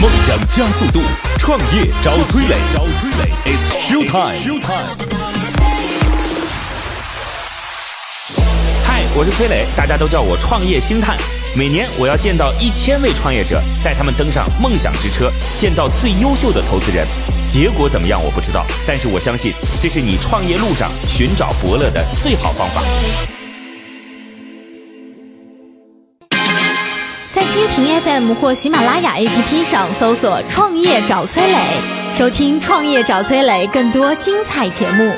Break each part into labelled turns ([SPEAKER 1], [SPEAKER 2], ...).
[SPEAKER 1] 梦想加速度，创业找崔磊，找崔磊，It's show time。
[SPEAKER 2] 嗨，我是崔磊，大家都叫我创业星探。每年我要见到一千位创业者，带他们登上梦想之车，见到最优秀的投资人。结果怎么样我不知道，但是我相信这是你创业路上寻找伯乐的最好方法。
[SPEAKER 3] 在蜻蜓 FM 或喜马拉雅 APP 上搜索“创业找崔磊”，收听“创业找崔磊”更多精彩节目。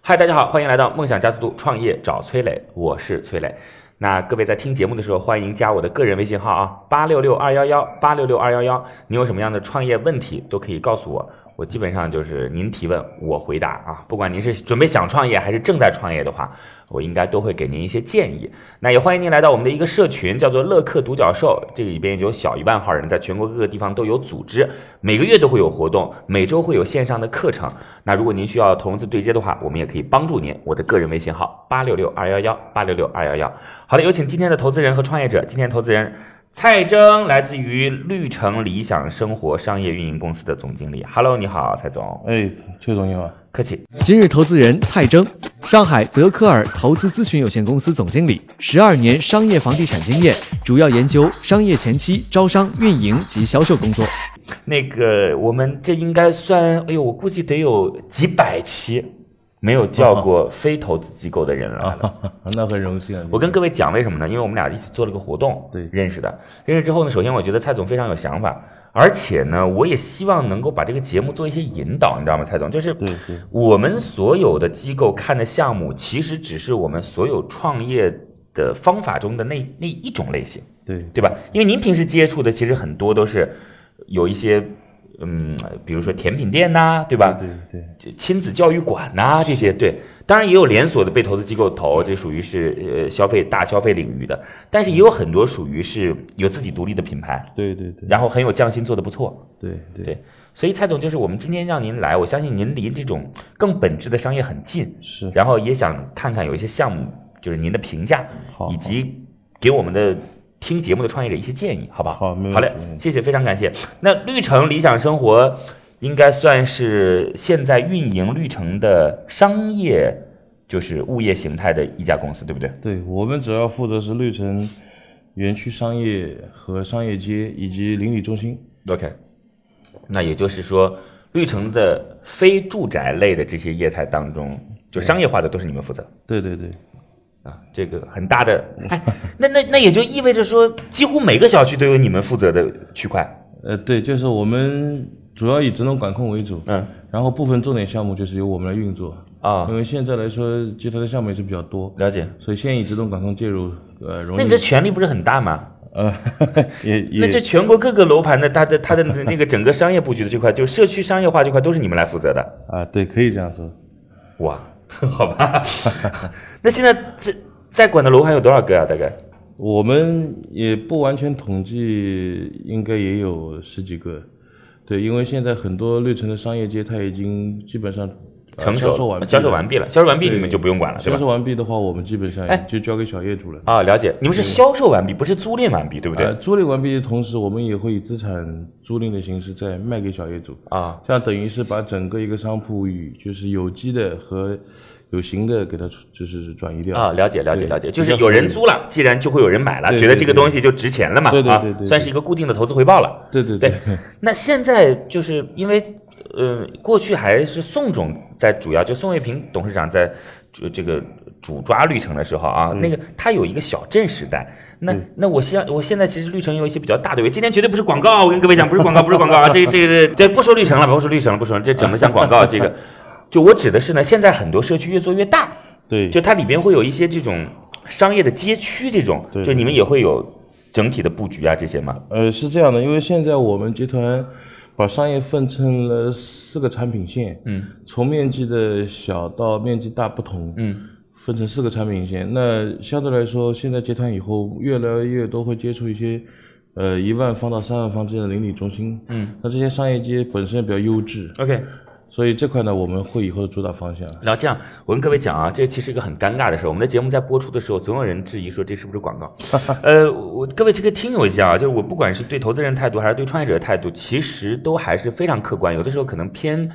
[SPEAKER 2] 嗨，大家好，欢迎来到梦想加速度创业找崔磊，我是崔磊。那各位在听节目的时候，欢迎加我的个人微信号啊，八六六二幺幺八六六二幺幺。你有什么样的创业问题都可以告诉我，我基本上就是您提问我回答啊。不管您是准备想创业还是正在创业的话，我应该都会给您一些建议。那也欢迎您来到我们的一个社群，叫做乐客独角兽，这个里边有小一万号人，在全国各个地方都有组织，每个月都会有活动，每周会有线上的课程。那如果您需要投资对接的话，我们也可以帮助您。我的个人微信号八六六二幺幺八六六二幺幺。好的，有请今天的投资人和创业者。今天投资人蔡征来自于绿城理想生活商业运营公司的总经理。Hello，你好，蔡总，
[SPEAKER 4] 哎，崔总你好，
[SPEAKER 2] 客气。
[SPEAKER 5] 今日投资人蔡征，上海德科尔投资咨询有限公司总经理，十二年商业房地产经验，主要研究商业前期招商、运营及销售工作。
[SPEAKER 2] 那个，我们这应该算，哎呦，我估计得有几百期没有叫过非投资机构的人来了。
[SPEAKER 4] 啊， 那很荣幸啊。
[SPEAKER 2] 我跟各位讲为什么呢？因为我们俩一起做了个活动，
[SPEAKER 4] 对
[SPEAKER 2] 认识的。认识之后呢，首先我觉得蔡总非常有想法，而且呢，我也希望能够把这个节目做一些引导，你知道吗？蔡总，就是
[SPEAKER 4] 对对
[SPEAKER 2] 我们所有的机构看的项目，其实只是我们所有创业的方法中的那那一种类型。
[SPEAKER 4] 对
[SPEAKER 2] 对吧？因为您平时接触的其实很多都是有一些，嗯，比如说甜品店呐、对吧？
[SPEAKER 4] 对对，
[SPEAKER 2] 这亲子教育馆呐、这些，对，当然也有连锁的被投资机构投，这属于是呃消费大消费领域的，但是也有很多属于是有自己独立的品牌，
[SPEAKER 4] 对对对
[SPEAKER 2] 然后很有匠心，做的不错，
[SPEAKER 4] 对对
[SPEAKER 2] 对。所以蔡总，就是我们今天让您来，我相信您离这种更本质的商业很近，
[SPEAKER 4] 是
[SPEAKER 2] 然后也想看看有一些项目，就是您的评价，
[SPEAKER 4] 好
[SPEAKER 2] 以及给我们的听节目的创业者一些建议，好不好？
[SPEAKER 4] 好没问题
[SPEAKER 2] 嘞
[SPEAKER 4] 没问，题
[SPEAKER 2] 谢谢，非常感谢。那绿城理想生活应该算是现在运营绿城的商业，就是物业形态的一家公司，对不对？
[SPEAKER 4] 对，我们主要负责是绿城园区商业和商业街以及邻里中心。
[SPEAKER 2] OK，那也就是说，绿城的非住宅类的这些业态当中，就商业化的都是你们负责
[SPEAKER 4] 对对对，
[SPEAKER 2] 啊，这个很大的，哎，那那那也就意味着说，几乎每个小区都有你们负责的区块，
[SPEAKER 4] 呃对，就是我们主要以职能管控为主，
[SPEAKER 2] 嗯，
[SPEAKER 4] 然后部分重点项目就是由我们来运作
[SPEAKER 2] 啊
[SPEAKER 4] 因为现在来说集团的项目也是比较多，
[SPEAKER 2] 了解。嗯
[SPEAKER 4] 所以现以职能管控介入，呃，容易
[SPEAKER 2] 那你这权力不是很大吗？
[SPEAKER 4] 呃 也也
[SPEAKER 2] 那这全国各个楼盘的它的它的那个整个商业布局的这块，就是社区商业化这块都是你们来负责的。
[SPEAKER 4] 啊对，可以这样说。
[SPEAKER 2] 哇， 好吧。 那现在在在管的楼盘有多少个啊？大概
[SPEAKER 4] 我们也不完全统计，应该也有十几个。对，因为现在很多绿城的商业街，它已经基本上、呃
[SPEAKER 2] 成熟
[SPEAKER 4] 销售完毕，
[SPEAKER 2] 销售完毕了，销售完毕
[SPEAKER 4] 对
[SPEAKER 2] 你们就不用管了，对
[SPEAKER 4] 销
[SPEAKER 2] 吧
[SPEAKER 4] 售？完毕的话，我们基本上
[SPEAKER 2] 哎
[SPEAKER 4] 就交给小业主了。
[SPEAKER 2] 啊，了解。你们是销售完毕，不是租赁完毕，对不
[SPEAKER 4] 嗯呃
[SPEAKER 2] 对？
[SPEAKER 4] 租赁完毕的同时，我们也会以资产租赁的形式再卖给小业主。
[SPEAKER 2] 啊，
[SPEAKER 4] 这样等于是把整个一个商铺与就是有机的和有形的给它就是转移掉
[SPEAKER 2] 啊，了解了解
[SPEAKER 4] 对
[SPEAKER 2] 了解，
[SPEAKER 4] 比
[SPEAKER 2] 就是
[SPEAKER 4] 较
[SPEAKER 2] 有人
[SPEAKER 4] 合理
[SPEAKER 2] 租了，既然就会有人买了，
[SPEAKER 4] 对
[SPEAKER 2] 觉得
[SPEAKER 4] 对
[SPEAKER 2] 这个
[SPEAKER 4] 对
[SPEAKER 2] 东西就值钱了嘛，
[SPEAKER 4] 对对
[SPEAKER 2] 啊
[SPEAKER 4] 对对，对
[SPEAKER 2] 算是一个固定的投资回报了。
[SPEAKER 4] 对对
[SPEAKER 2] 对，那现在就是因为呃，过去还是宋总在主要，就宋卫平董事长在主这个主抓绿城的时候
[SPEAKER 4] 嗯
[SPEAKER 2] 啊，那个他有一个小镇时代。那那我现我现在其实绿城有一些比较大的，今天绝对不是广告啊，我跟各位讲，不是广告，不是广告啊，这个这个这不说绿城了，不说绿城了，不说了这整的像广告啊这个。就我指的是呢，现在很多社区越做越大，
[SPEAKER 4] 对
[SPEAKER 2] 就它里边会有一些这种商业的街区，这种
[SPEAKER 4] 对
[SPEAKER 2] 就你们也会有整体的布局啊这些吗？
[SPEAKER 4] 呃，是这样的，因为现在我们集团把商业分成了四个产品线，
[SPEAKER 2] 嗯，
[SPEAKER 4] 从面积的小到面积大不同，，
[SPEAKER 2] 嗯，
[SPEAKER 4] 分成四个产品线。那相对来说，现在集团以后越来越多会接触一些，呃，一万方到三万方之间的邻里中心，
[SPEAKER 2] 嗯，
[SPEAKER 4] 那这些商业街本身比较优质，
[SPEAKER 2] OK，
[SPEAKER 4] 所以这块呢，我们会以后的主打方向。
[SPEAKER 2] 然后这样，我跟各位讲啊，这其实一个很尴尬的事儿。我们的节目在播出的时候，总有人质疑说这是不是广告？呃，我各位这个听友一下啊，就是我不管是对投资人态度还是对创业者的态度，其实都还是非常客观，有的时候可能偏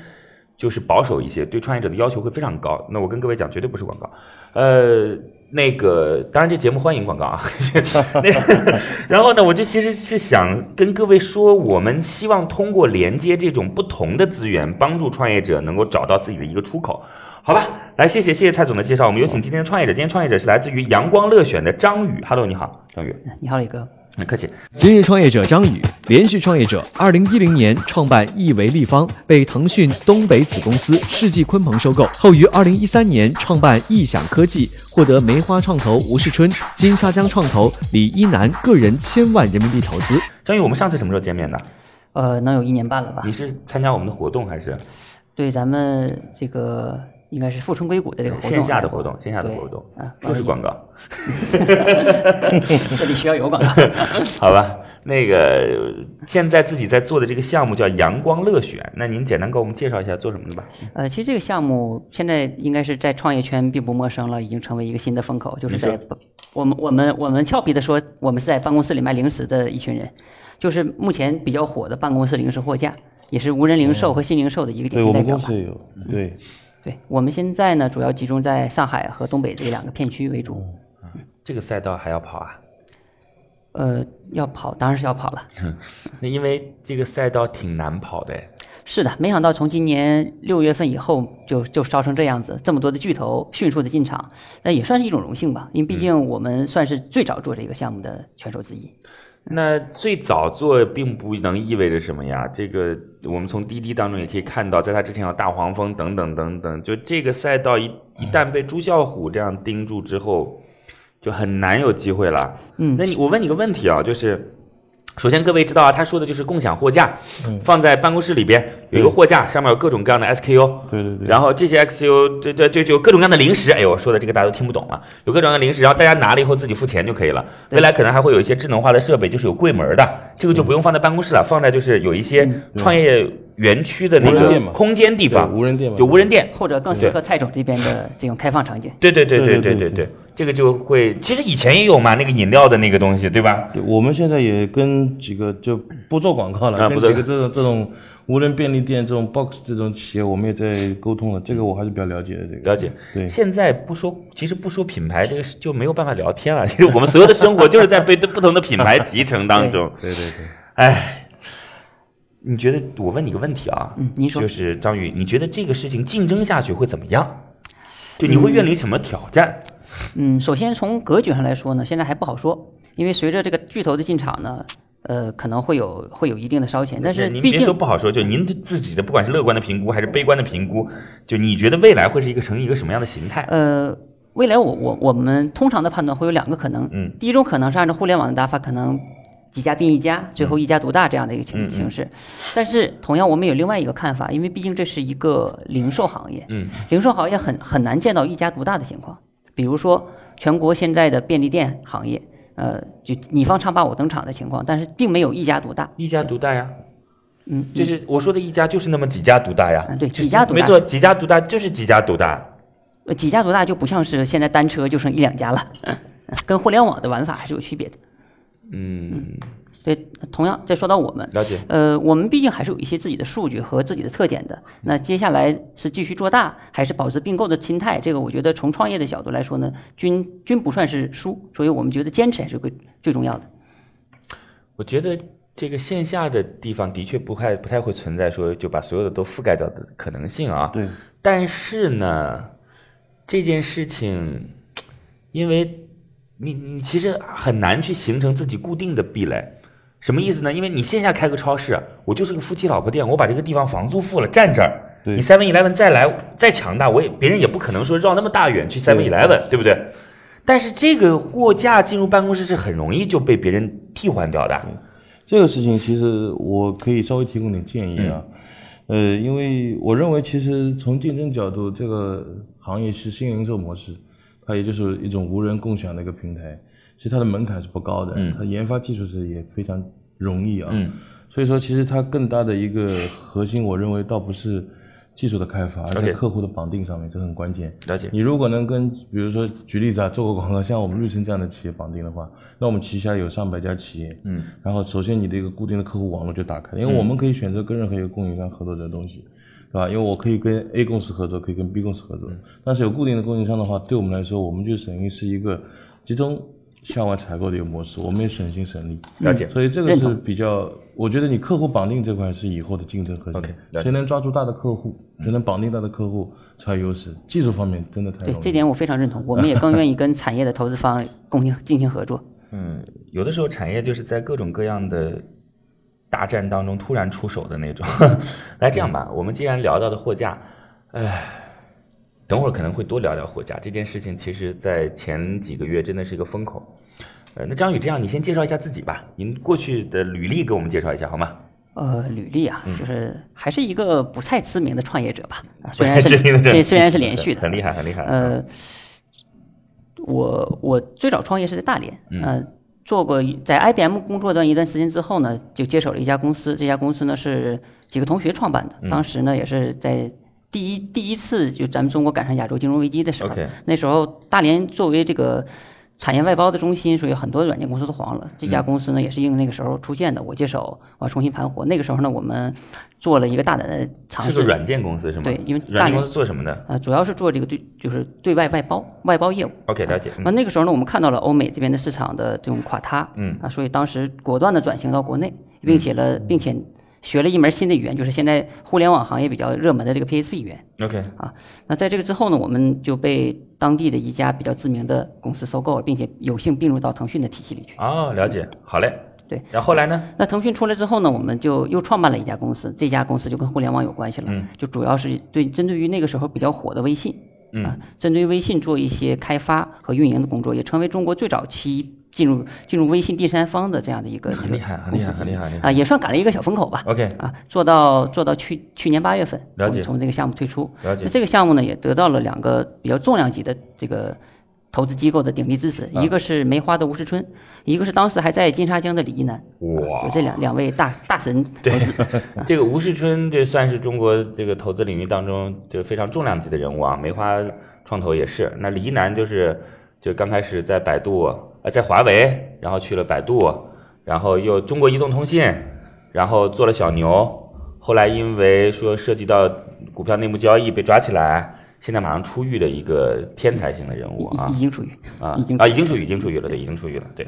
[SPEAKER 2] 就是保守一些，对创业者的要求会非常高。那我跟各位讲，绝对不是广告。呃，那个当然这节目欢迎广告啊。 那个然后呢，我就其实是想跟各位说，我们希望通过连接这种不同的资源，帮助创业者能够找到自己的一个出口。好吧，来，谢谢谢谢蔡总的介绍。我们有请今天的创业者，今天创业者是来自于阳光乐选的张宇。Hello，你好，张宇，
[SPEAKER 6] 你好，磊哥。
[SPEAKER 2] 很客气。
[SPEAKER 5] 今日创业者张宇，连续创业者，二零一零年创办亿维立方，被腾讯东北子公司世纪鲲鹏收购，后于二零一三年创办亿享科技，获得梅花创投吴世春、金沙江创投李一楠个人千万人民币投资。
[SPEAKER 2] 张宇，我们上次什么时候见面的？
[SPEAKER 6] 呃，能有一年半了吧
[SPEAKER 2] 你？是参加我们的活动还是
[SPEAKER 6] 对，咱们这个应该是富春硅谷的这个活动啊，
[SPEAKER 2] 线下的活动？线下的活动
[SPEAKER 6] 对啊，
[SPEAKER 2] 又是广告，
[SPEAKER 6] 这里需要有广告。
[SPEAKER 2] 好吧？那个现在自己在做的这个项目叫阳光乐选，那您简单给我们介绍一下做什么的吧？
[SPEAKER 6] 呃，其实这个项目现在应该是在创业圈并不陌生了，已经成为一个新的风口，就是在我们我们我们俏皮的说，我们是在办公室里卖零食的一群人，就是目前比较火的办公室零食货架，也是无人零售和新零售的一个
[SPEAKER 4] 哦对我
[SPEAKER 6] 典型代
[SPEAKER 4] 们
[SPEAKER 6] 表
[SPEAKER 4] 公
[SPEAKER 6] 吧嗯
[SPEAKER 4] 司。也有，对，
[SPEAKER 6] 对，我们现在呢主要集中在上海和东北这两个片区为
[SPEAKER 4] 哦
[SPEAKER 6] 主。
[SPEAKER 2] 这个赛道还要跑啊？
[SPEAKER 6] 呃，要跑当然是要跑了。
[SPEAKER 2] 那因为这个赛道挺难跑的哎，
[SPEAKER 6] 是的，没想到从今年六月份以后就就烧成这样子，这么多的巨头迅速的进场，那也算是一种荣幸吧，因为毕
[SPEAKER 2] 嗯
[SPEAKER 6] 竟我们算是最早做这个项目的选手之一。
[SPEAKER 2] 那最早做并不能意味着什么呀？这个我们从滴滴当中也可以看到，在它之前有大黄蜂等等等等，就这个赛道一一旦被朱啸虎这样盯住之后，就很难有机会了。
[SPEAKER 6] 嗯
[SPEAKER 2] 那你我问你个问题啊，就是首先各位知道啊，他说的就是共享货架，
[SPEAKER 4] 嗯
[SPEAKER 2] 放在办公室里边有一个货架，上面有各种各样的 SKU，
[SPEAKER 4] 对对对
[SPEAKER 2] 然后这些 XU 对对对，就有各种各样的零食。哎呦，我说的这个大家都听不懂了，有各种各样的零食，然后大家拿了以后自己付钱就可以了。未来可能还会有一些智能化的设备，就是有柜门的，这个就不用放在办公室了，放在就是有一些创业园区的那
[SPEAKER 4] 嗯无人
[SPEAKER 2] 个
[SPEAKER 4] 店嘛
[SPEAKER 2] 空间地方，
[SPEAKER 4] 对无人店嘛
[SPEAKER 2] 就无人店。
[SPEAKER 6] 或者更适合蔡总这边的 这种开放场景。
[SPEAKER 2] 对对对对
[SPEAKER 4] 对
[SPEAKER 2] 对
[SPEAKER 4] 对
[SPEAKER 2] 对
[SPEAKER 4] 对
[SPEAKER 2] 对，这个就会，其实以前也有嘛，那个饮料的那个东西，对吧？
[SPEAKER 4] 对我们现在也跟几个就不做广告了，
[SPEAKER 2] 啊
[SPEAKER 4] 跟
[SPEAKER 2] 不做
[SPEAKER 4] 几个这种这种无人便利店、这种 box 这种企业，我们也在沟通了。这个我还是比较了解的。这个
[SPEAKER 2] 了解，
[SPEAKER 4] 对
[SPEAKER 2] 现在不说，其实不说品牌，这个是就没有办法聊 天了。其实我们所有的生活就是在被不同的品牌集成当中。
[SPEAKER 4] 对对对。
[SPEAKER 2] 哎，你觉得？我问你个问题啊，
[SPEAKER 6] 嗯您说
[SPEAKER 2] 就是张宇，你觉得这个事情竞争下去会怎么样？就你会面临什么挑战？
[SPEAKER 6] 嗯，首先从格局上来说呢，现在还不好说，因为随着这个巨头的进场呢，呃，可能会有会有一定的烧钱，但是
[SPEAKER 2] 您
[SPEAKER 6] 毕
[SPEAKER 2] 别说
[SPEAKER 6] 竟
[SPEAKER 2] 不好说，就您对自己的，不管是乐观的评估还是悲观的评估，就你觉得未来会是一个成一个什么样的形态？
[SPEAKER 6] 呃。未来我我我们通常的判断会有两个可能，
[SPEAKER 2] 嗯
[SPEAKER 6] 第一种可能是按照互联网的打法，可能几家并一家，最后一家独大这样的一个
[SPEAKER 2] 嗯嗯
[SPEAKER 6] 情形式。但是同样，我们有另外一个看法，因为毕竟这是一个零售行业，
[SPEAKER 2] 嗯，
[SPEAKER 6] 零售行业很很难见到一家独大的情况。比如说全国现在的便利店行业，呃，就你方唱罢我登场的情况，但是并没有一家独大。
[SPEAKER 2] 一家独大呀，
[SPEAKER 6] 嗯，
[SPEAKER 2] 就
[SPEAKER 6] 嗯
[SPEAKER 2] 是我说的一家就是那么几家独大呀。
[SPEAKER 6] 嗯对
[SPEAKER 2] 就是
[SPEAKER 6] 几家独大
[SPEAKER 2] 没错，几家独大就是几家独大。
[SPEAKER 6] 呃几家独大就不像是现在单车就剩一两家了，嗯跟互联网的玩法还是有区别的。
[SPEAKER 2] 嗯，
[SPEAKER 6] 对，同样再说到我们，
[SPEAKER 2] 了解。
[SPEAKER 6] 呃，我们毕竟还是有一些自己的数据和自己的特点
[SPEAKER 2] 嗯
[SPEAKER 6] 的。那接下来是继续做大，还是保持并购的心态？这个我觉得从创业的角度来说呢，均均不算是输，所以我们觉得坚持还是最最重要的。
[SPEAKER 2] 我觉得这个线下的地方的确不太不太会存在说就把所有的都覆盖掉的可能性啊。
[SPEAKER 4] 对，
[SPEAKER 2] 但是呢，这件事情，因为你你其实很难去形成自己固定的壁垒。什么意思呢？因为你线下开个超市，我就是个夫妻老婆店，我把这个地方房租付了，站这儿。
[SPEAKER 4] 对
[SPEAKER 2] 你 Seven Eleven 再来再强大，我也别人也不可能说绕那么大远去 Seven Eleven，对不对？但是这个货架进入办公室是很容易就被别人替换掉的。
[SPEAKER 4] 这个事情其实我可以稍微提供点建议啊，呃，因为我认为其实从竞争角度，这个行业是新零售模式，它也就是一种无人共享的一个平台，其实它的门槛是不高的，
[SPEAKER 2] 嗯
[SPEAKER 4] 它研发技术是也非常容易啊，
[SPEAKER 2] 嗯
[SPEAKER 4] 所以说其实它更大的一个核心，我认为倒不是技术的开发，而
[SPEAKER 2] OK
[SPEAKER 4] 且客户的绑定上面，这很关键。
[SPEAKER 2] 了解
[SPEAKER 4] 你如果能跟，比如说举例子啊，做个广告，像我们瑞声这样的企业绑定的话，那我们旗下有上百家企业，
[SPEAKER 2] 嗯，
[SPEAKER 4] 然后首先你的一个固定的客户网络就打开了，因为我们可以选择跟任何一个供应商合作这个东西，是吧？因为我可以跟 A 公司合作，可以跟 B 公司合作，
[SPEAKER 2] 嗯
[SPEAKER 4] 但是有固定的供应商的话，对我们来说，我们就等于是一个集中向外采购的一个模式，我们也省心省力。
[SPEAKER 2] 了解
[SPEAKER 4] 所以这个
[SPEAKER 6] 认
[SPEAKER 4] 是
[SPEAKER 6] 同
[SPEAKER 4] 比较，我觉得你客户绑定这块是以后的竞争核心
[SPEAKER 2] OK，了解
[SPEAKER 4] 谁能抓住大的客户，谁能绑定大的客户才有优势。技术方面真的太
[SPEAKER 6] 对
[SPEAKER 4] 容易
[SPEAKER 6] 这点我非常认同，我们也更愿意跟产业的投资方 共进进行合作。
[SPEAKER 2] 嗯，有的时候产业就是在各种各样的大战当中突然出手的那种。 来，这样吧，
[SPEAKER 6] 嗯
[SPEAKER 2] 我们既然聊到的货架，哎，等会儿可能会多聊聊货架这件事情。其实，在前几个月真的是一个风口。呃，那张宇，这样你先介绍一下自己吧，您过去的履历给我们介绍一下好吗？
[SPEAKER 6] 呃，履历啊，
[SPEAKER 2] 嗯
[SPEAKER 6] 就是还是一个不太知名的创业者吧，啊虽然是
[SPEAKER 2] 这听着
[SPEAKER 6] 虽 虽然是连续的，
[SPEAKER 2] 很厉害，很厉害。
[SPEAKER 6] 呃，我我最早创业是在大连，
[SPEAKER 2] 嗯
[SPEAKER 6] 呃，做过一在 IBM 工作段一段时间之后呢，就接手了一家公司，这家公司呢是几个同学创办
[SPEAKER 2] 嗯
[SPEAKER 6] 的，当时呢也是在第一第一次就咱们中国赶上亚洲金融危机的时候
[SPEAKER 2] OK
[SPEAKER 6] 那时候大连作为这个。产业外包的中心，所以很多软件公司都黄了。这
[SPEAKER 2] 嗯
[SPEAKER 6] 家公司呢，也是应那个时候出现的，我接手，我重新盘活。那个时候呢，我们做了一个大胆的尝
[SPEAKER 2] 是
[SPEAKER 6] 试，
[SPEAKER 2] 个软件公司是吗？
[SPEAKER 6] 对因为
[SPEAKER 2] 软
[SPEAKER 6] 大
[SPEAKER 2] 件
[SPEAKER 6] 连
[SPEAKER 2] 公司做什么的
[SPEAKER 6] 呃，主要是做这个对，就是对外外包外包业务。啊
[SPEAKER 2] ？OK，了解。嗯
[SPEAKER 6] 那那个时候呢，我们看到了欧美这边的市场的这种垮塌，
[SPEAKER 2] 嗯
[SPEAKER 6] 啊，所以当时果断的转型到国内，并且了，并且学了一门新的语言，就是现在互联网行业比较热门的这个 PHP 语言
[SPEAKER 2] OK，
[SPEAKER 6] 啊。那在这个之后呢，我们就被当地的一家比较知名的公司收购了，并且有幸并入到腾讯的体系里去。
[SPEAKER 2] 哦，了解，好嘞。
[SPEAKER 6] 对，
[SPEAKER 2] 然后后来呢？
[SPEAKER 6] 那腾讯出来之后呢，我们就又创办了一家公司，这家公司就跟互联网有关系了，
[SPEAKER 2] 嗯
[SPEAKER 6] 就主要是对针对于那个时候比较火的微信，
[SPEAKER 2] 嗯
[SPEAKER 6] 啊，针对于微信做一些开发和运营的工作，也成为中国最早期进入进入微信第三方的这样的一个
[SPEAKER 2] 很厉害很厉害很厉害很厉害
[SPEAKER 6] 啊，也算赶了一个小风口吧。
[SPEAKER 2] OK
[SPEAKER 6] 啊，做到做到去去年八月份，
[SPEAKER 2] 了解
[SPEAKER 6] 我们从这个项目退出。
[SPEAKER 2] 了解
[SPEAKER 6] 那这个项目呢，也得到了两个比较重量级的这个投资机构的鼎力支持，
[SPEAKER 2] 啊
[SPEAKER 6] 一个是梅花的吴世春，一个是当时还在金沙江的李一男。
[SPEAKER 2] 哇
[SPEAKER 6] 就这两两位大大神投资。
[SPEAKER 2] 这个吴世春，这算是中国这个投资领域当中就非常重量级的人物啊。梅花创投也是，那李一男就是就刚开始在百度，呃，在华为，然后去了百度，然后又中国移动通信，然后做了小牛，后来因为说涉及到股票内幕交易被抓起来，现在马上出狱的一个天才型的人物啊
[SPEAKER 6] 已已。经处于
[SPEAKER 2] 啊
[SPEAKER 6] 已经
[SPEAKER 2] 啊，已经出狱，已经出狱了，对，已经出狱了，对，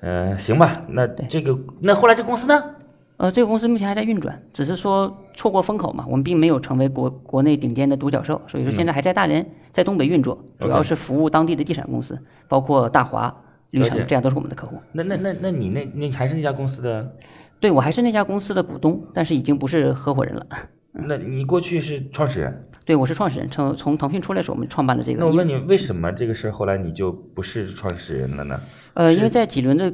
[SPEAKER 2] 嗯、行吧，那这个那后来这公司呢？
[SPEAKER 6] 呃，这个公司目前还在运转，只是说错过风口嘛，我们并没有成为国国内顶尖的独角兽，所以说现在还在大连，在东北运作，主要
[SPEAKER 2] 嗯 OK
[SPEAKER 6] 是服务当地的地产公司，包括大华、绿
[SPEAKER 2] 了解
[SPEAKER 6] 城，这样都是我们的客户。
[SPEAKER 2] 那那那那你那那还是那家公司的？
[SPEAKER 6] 对我还是那家公司的股东，但是已经不是合伙人了。
[SPEAKER 2] 那你过去是创始人，
[SPEAKER 6] 对我是创始人，从从腾讯出来的时候，我们创办了这个。
[SPEAKER 2] 那我问你，为什么这个事儿后来你就不是创始人了呢？
[SPEAKER 6] 呃，因
[SPEAKER 2] 是
[SPEAKER 6] 为在几轮的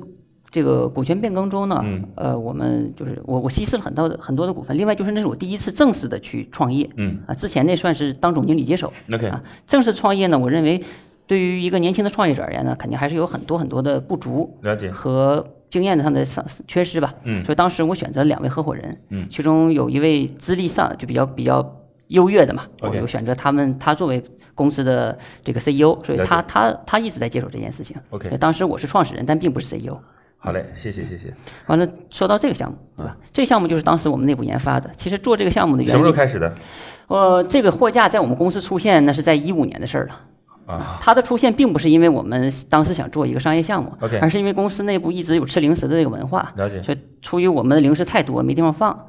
[SPEAKER 6] 这个股权变更中呢，
[SPEAKER 2] 嗯
[SPEAKER 6] 呃，我们就是我我稀释了很多的很多的股份，另外就是那是我第一次正式的去创业，
[SPEAKER 2] 嗯
[SPEAKER 6] 啊，之前那算是当总经理接手
[SPEAKER 2] OK
[SPEAKER 6] 啊，正式创业呢，我认为对于一个年轻的创业者而言呢，肯定还是有很多很多的不足，
[SPEAKER 2] 了解
[SPEAKER 6] 和经验上的丧缺失吧，
[SPEAKER 2] 嗯
[SPEAKER 6] 所以当时我选择了两位合伙人，嗯，其中有一位资历上就比较比较优越的嘛，我
[SPEAKER 2] OK
[SPEAKER 6] 就选择他们，他作为公司的这个 CEO，所以
[SPEAKER 2] 了解
[SPEAKER 6] 他他他一直在接手这件事情。
[SPEAKER 2] OK
[SPEAKER 6] 所以当时我是创始人，但并不是 CEO。
[SPEAKER 2] 好嘞，谢谢谢谢。
[SPEAKER 6] 完了，说到这个项目，对吧？这个项目就是当时我们内部研发的。其实做这个项目的原因，
[SPEAKER 2] 嗯什么时候开始的？
[SPEAKER 6] 呃，这个货架在我们公司出现，那是在一五年的事儿了。
[SPEAKER 2] 啊，
[SPEAKER 6] 它的出现并不是因为我们当时想做一个商业项目
[SPEAKER 2] OK
[SPEAKER 6] 而是因为公司内部一直有吃零食的这个文化，
[SPEAKER 2] 了解
[SPEAKER 6] 所以出于我们的零食太多，没地方放，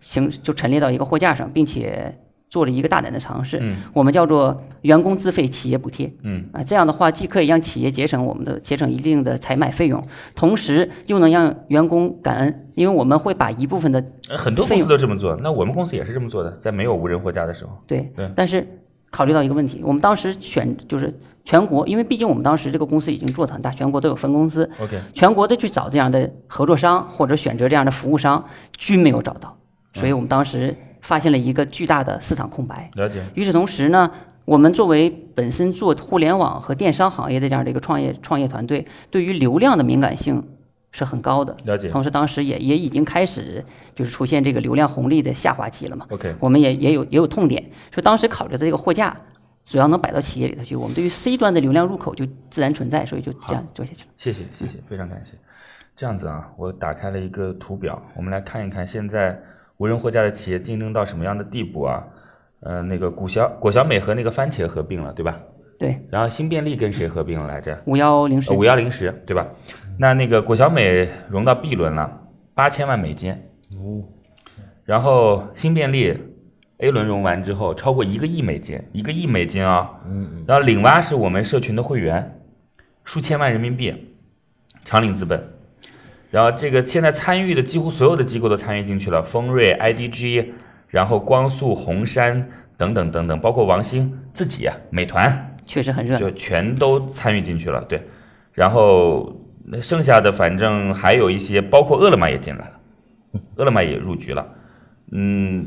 [SPEAKER 6] 行就陈列到一个货架上，并且做了一个大胆的尝试，
[SPEAKER 2] 嗯
[SPEAKER 6] 我们叫做员工自费企业补贴，
[SPEAKER 2] 嗯
[SPEAKER 6] 啊，这样的话既可以让企业节省我们的节省一定的采买费用，同时又能让员工感恩，因为我们会把一部分的
[SPEAKER 2] 呃很多
[SPEAKER 6] 费
[SPEAKER 2] 公
[SPEAKER 6] 用
[SPEAKER 2] 司都这么做，那我们公司也是这么做的，在没有无人货架的时候。
[SPEAKER 6] 对
[SPEAKER 2] 对，
[SPEAKER 6] 但是考虑到一个问题，我们当时选就是全国，因为毕竟我们当时这个公司已经做得很大，全国都有分公司
[SPEAKER 2] OK
[SPEAKER 6] 全国的去找这样的合作商或者选择这样的服务商，均没有找到，
[SPEAKER 2] 嗯
[SPEAKER 6] 所以我们当时发现了一个巨大的市场空白。
[SPEAKER 2] 了解，
[SPEAKER 6] 与此同时呢，我们作为本身做互联网和电商行业的这样的一个创业创业团队，对于流量的敏感性是很高的。
[SPEAKER 2] 了解
[SPEAKER 6] 同时，当时也也已经开始就是出现这个流量红利的下滑期了嘛。
[SPEAKER 2] OK
[SPEAKER 6] 我们也也有也有痛点，所以当时考虑的这个货架。主要能摆到企业里头去，我们对于 C 端的流量入口就自然存在，所以就这样做下去了。
[SPEAKER 2] 谢谢谢谢，非常感谢。这样子啊，我打开了一个图表，我们来看一看现在无人货架的企业竞争到什么样的地步啊？呃，那个谷小果小美和那个番茄合并了，对吧？
[SPEAKER 6] 对，
[SPEAKER 2] 然后新便利跟谁合并了来着？
[SPEAKER 6] 五幺零十
[SPEAKER 2] 呃五幺零十，对吧？那那个果小美融到 B 轮了，八千万美金。
[SPEAKER 4] 哦
[SPEAKER 2] 然后新便利 A 轮融完之后，超过一个亿美金，一个亿美金啊、嗯。然后领蛙是我们社群的会员，数千万人民币，长领资本。然后这个现在参与的几乎所有的机构都参与进去了，丰瑞、IDG，然后光速、红杉等等等等，包括王兴自己、啊、美团。
[SPEAKER 6] 确实很热闹
[SPEAKER 2] 就，全都参与进去了，对。然后那剩下的反正还有一些，包括饿了么也进来了，饿了么也入局了。嗯，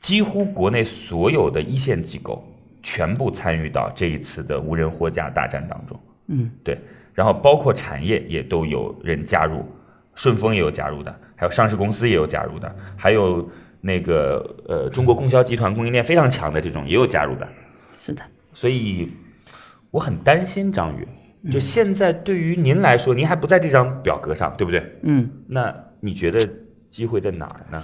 [SPEAKER 2] 几乎国内所有的一线机构全部参与到这一次的无人货架大战当中。
[SPEAKER 6] 嗯，
[SPEAKER 2] 对。然后包括产业也都有人加入，顺丰也有加入的，还有上市公司也有加入的，还有那个呃中国供销集团供应链非常强的这种也有加入的。
[SPEAKER 6] 是的。
[SPEAKER 2] 所以我很担心张宇。就现在对于您来说，您还不在这张表格上，对不对？
[SPEAKER 6] 嗯
[SPEAKER 2] 那你觉得机会在哪儿呢？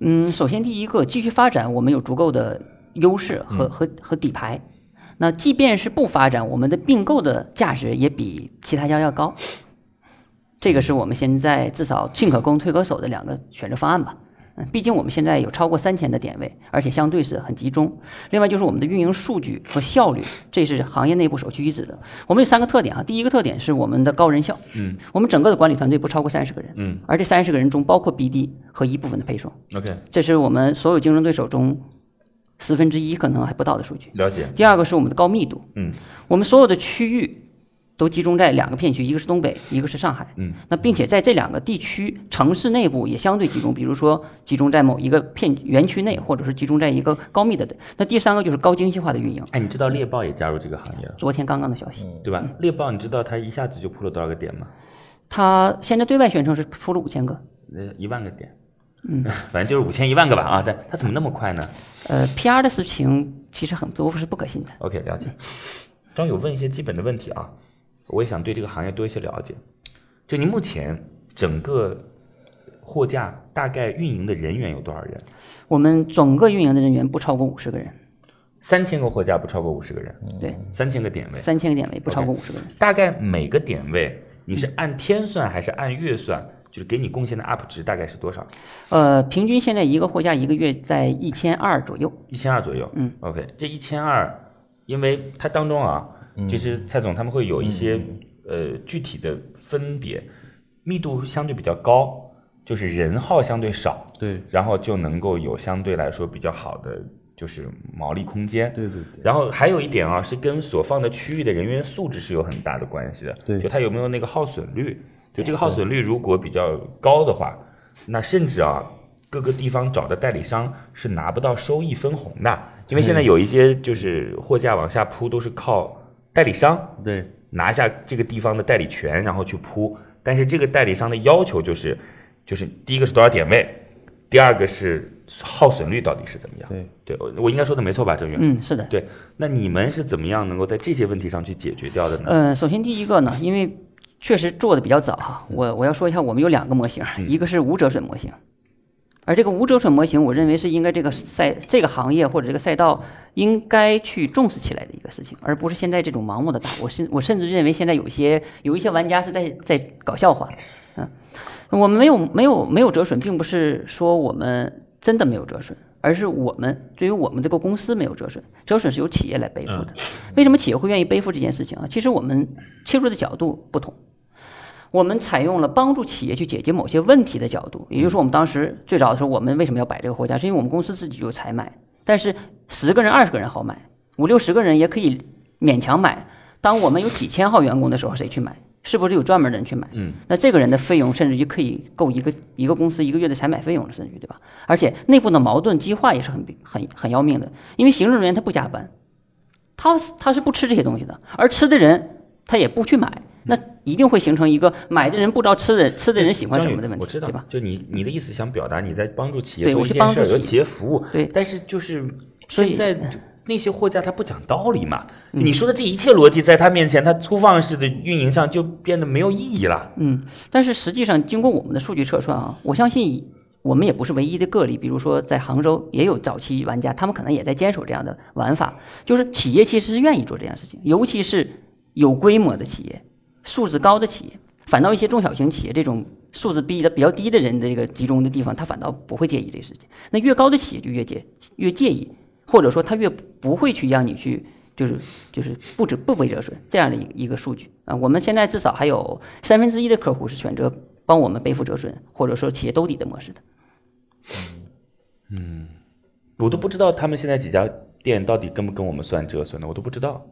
[SPEAKER 6] 嗯，首先第一个，继续发展，我们有足够的优势和、
[SPEAKER 2] 嗯
[SPEAKER 6] 和和底牌。那即便是不发展，我们的并购的价值也比其他家要高。这个是我们现在至少进可攻退可守的两个选择方案吧。嗯，毕竟我们现在有超过三千的点位，而且相对是很集中。另外就是我们的运营数据和效率，这是行业内部首屈一指的。我们有三个特点啊，第一个特点是我们的高人效，
[SPEAKER 2] 嗯，
[SPEAKER 6] 我们整个的管理团队不超过三十个人，
[SPEAKER 2] 嗯，
[SPEAKER 6] 而这三十个人中包括 BD 和一部分的配送，
[SPEAKER 2] OK，
[SPEAKER 6] 这是我们所有竞争对手中十分之一可能还不到的数据。
[SPEAKER 2] 了解。
[SPEAKER 6] 第二个是我们的高密度，
[SPEAKER 2] 嗯，
[SPEAKER 6] 我们所有的区域都集中在两个片区，一个是东北，一个是上海。
[SPEAKER 2] 嗯，
[SPEAKER 6] 那并且在这两个地区城市内部也相对集中，比如说集中在某一个片园区内，或者是集中在一个高密的。那第三个就是高精细化的运营。
[SPEAKER 2] 哎，你知道猎豹也加入这个行业了，
[SPEAKER 6] 昨天刚刚的消息，
[SPEAKER 2] 对吧？猎豹，你知道它一下子就铺了多少个点吗？
[SPEAKER 6] 它现在对外宣称是出了五千个，
[SPEAKER 2] 呃，一万个点。嗯， 反正就是五千一万个吧啊！但它怎么那么快呢
[SPEAKER 6] 呃，PR 的事情其实很多是不可信的。
[SPEAKER 2] ？OK，了解。张宇我问一些基本的问题啊，我也想对这个行业多一些了解。就您目前整个货架大概运营的人员有多少人？
[SPEAKER 6] 我们整个运营的人员不超过五十个人，
[SPEAKER 2] 三千个货架不超过五十个人，
[SPEAKER 6] 对，
[SPEAKER 2] 三千个点位，
[SPEAKER 6] 三千个点位不超过五十个人。
[SPEAKER 2] 大概每个点位你是按天算还是按月算？就是给你贡献的 UP 值大概是多少？
[SPEAKER 6] 呃，平均现在一个货架一个月在一千二左右。
[SPEAKER 2] 一千二左右。
[SPEAKER 6] 嗯
[SPEAKER 2] ，OK，这一千二，因为它当中啊，就是蔡总他们会有一些、呃具体的分别，密度相对比较高，就是人号相对少，
[SPEAKER 4] 对
[SPEAKER 2] 然后就能够有相对来说比较好的就是毛利空间。
[SPEAKER 4] 对对对，
[SPEAKER 2] 然后还有一点啊，是跟所放的区域的人员素质是有很大的关系的。
[SPEAKER 4] 对
[SPEAKER 2] 就它有没有那个耗损率，就这个耗损率如果比较高的话，那甚至啊，各个地方找的代理商是拿不到收益分红的，因为现在有一些就是货架往下铺都是靠代理商
[SPEAKER 4] 对
[SPEAKER 2] 拿下这个地方的代理权，然后去铺。但是这个代理商的要求就是，就是第一个是多少点位，第二个是耗损率到底是怎么样。
[SPEAKER 4] 对，
[SPEAKER 2] 对我我应该说的没错吧，郑源？
[SPEAKER 6] 嗯，是的。
[SPEAKER 2] 对，那你们是怎么样能够在这些问题上去解决掉的呢？
[SPEAKER 6] 呃，首先第一个呢，因为确实做的比较早哈，我我要说一下，我们有两个模型，啊一个是无折损模型，而这个无折损模型，我认为是应该这个赛这个行业或者这个赛道应该去重视起来的一个事情，而不是现在这种盲目的打。我甚我甚至认为现在有些有一些玩家是在在搞笑话，嗯，我们没有没有没有折损，并不是说我们真的没有折损。而是我们对于我们这个公司没有折损，折损是由企业来背负的。为什么企业会愿意背负这件事情啊？其实我们切入的角度不同，我们采用了帮助企业去解决某些问题的角度，也就是说，我们当时最早的时候，我们为什么要摆这个货架，是因为我们公司自己有采买，但是十个人、二十个人好买，五六十个人也可以勉强买。当我们有几千号员工的时候，谁去买？是不是有专门的人去买？
[SPEAKER 2] 嗯，
[SPEAKER 6] 那这个人的费用甚至于可以够一个一个公司一个月的采买费用了，甚至于对吧？而且内部的矛盾激化也是很很很要命的，因为行政人员他不加
[SPEAKER 2] 嗯
[SPEAKER 6] 班，他是他是不吃这些东西的，而吃的人他也不去买，那一定会形成一个买的人不知道吃的吃的人喜欢什么的问题，
[SPEAKER 2] 我知道
[SPEAKER 6] 对吧？？
[SPEAKER 2] 就你你的意思想表达你在帮助企业
[SPEAKER 6] 对
[SPEAKER 2] 做
[SPEAKER 6] 我
[SPEAKER 2] 一
[SPEAKER 6] 去
[SPEAKER 2] 件事儿，
[SPEAKER 6] 帮助
[SPEAKER 2] 有
[SPEAKER 6] 企业
[SPEAKER 2] 企业服务。
[SPEAKER 6] 对
[SPEAKER 2] 但是就是
[SPEAKER 6] 所以嗯
[SPEAKER 2] 现在 那些货架它不讲道理嘛，你说的这一切逻辑在它面前，它粗放式的运营上就变得没有意义了。
[SPEAKER 6] 嗯，但是实际上，经过我们的数据测算啊，我相信我们也不是唯一的个例。比如说，在杭州也有早期玩家，他们可能也在坚守这样的玩法。就是企业其实是愿意做这样的事情，尤其是有规模的企业、素质高的企业，反倒一些中小型企业这种素质逼的比较低的人的这个集中的地方，他反倒不会介意这个事情。那越高的企业就越介越介意，或者说他越不会去让你去就是就是不折不为折损这样的一一个数据啊。我们现在至少还有三分之一的客户是选择帮我们背负折损，或者说企业兜底的模式的。
[SPEAKER 2] 我都不知道他们现在几家店到底跟不跟我们算折损的，我都不知道。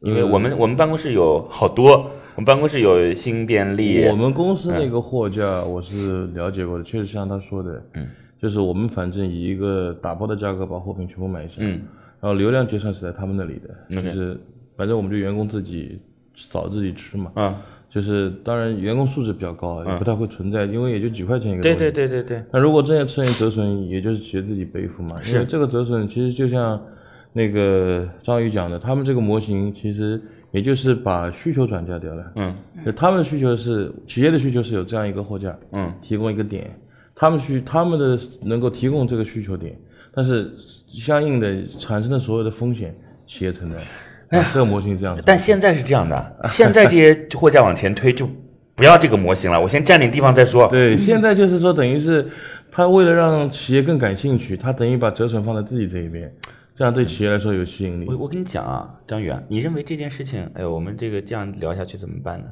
[SPEAKER 2] 因为我
[SPEAKER 4] 嗯
[SPEAKER 2] 们我们办公室有好多，我们办公室有新便利，
[SPEAKER 4] 我们公司
[SPEAKER 2] 嗯
[SPEAKER 4] 那个货架我是了解过的，确实像他说的，嗯，就是我们反正以一个打包的价格把货品全部买一下，
[SPEAKER 2] 嗯，
[SPEAKER 4] 然后流量结算是在他们那里的，
[SPEAKER 2] OK
[SPEAKER 4] 就是反正我们就员工自己扫自己吃嘛，
[SPEAKER 2] 嗯，
[SPEAKER 4] 就是当然员工素质比较高，啊也不太会存在，因为也就几块钱一个东
[SPEAKER 2] 对
[SPEAKER 4] 西，
[SPEAKER 2] 对对对对，
[SPEAKER 4] 那如果真的出现折损，也就是企业自己背负嘛。因为这个折损其实就像那个张宇讲的，他们这个模型其实也就是把需求转嫁掉了。
[SPEAKER 2] 嗯，
[SPEAKER 4] 就他们的需求是企业的需求是有这样一个货架，
[SPEAKER 2] 嗯，
[SPEAKER 4] 提供一个点，他们需他们的能够提供这个需求点，但是相应的产生的所有的风险，企业承担。啊这个模型这样子，
[SPEAKER 2] 哎但现在是这 样的，现在这些货架往前推就不要这个模型了，我先占领地方再说。
[SPEAKER 4] 对，现在就是说，等于是他为了让企业更感兴趣，他等于把折损放在自己这一边，这样对企业来说有吸引力
[SPEAKER 2] 我。我跟你讲啊，张宇啊，你认为这件事情，哎呦，我们这个这样聊下去怎么办呢？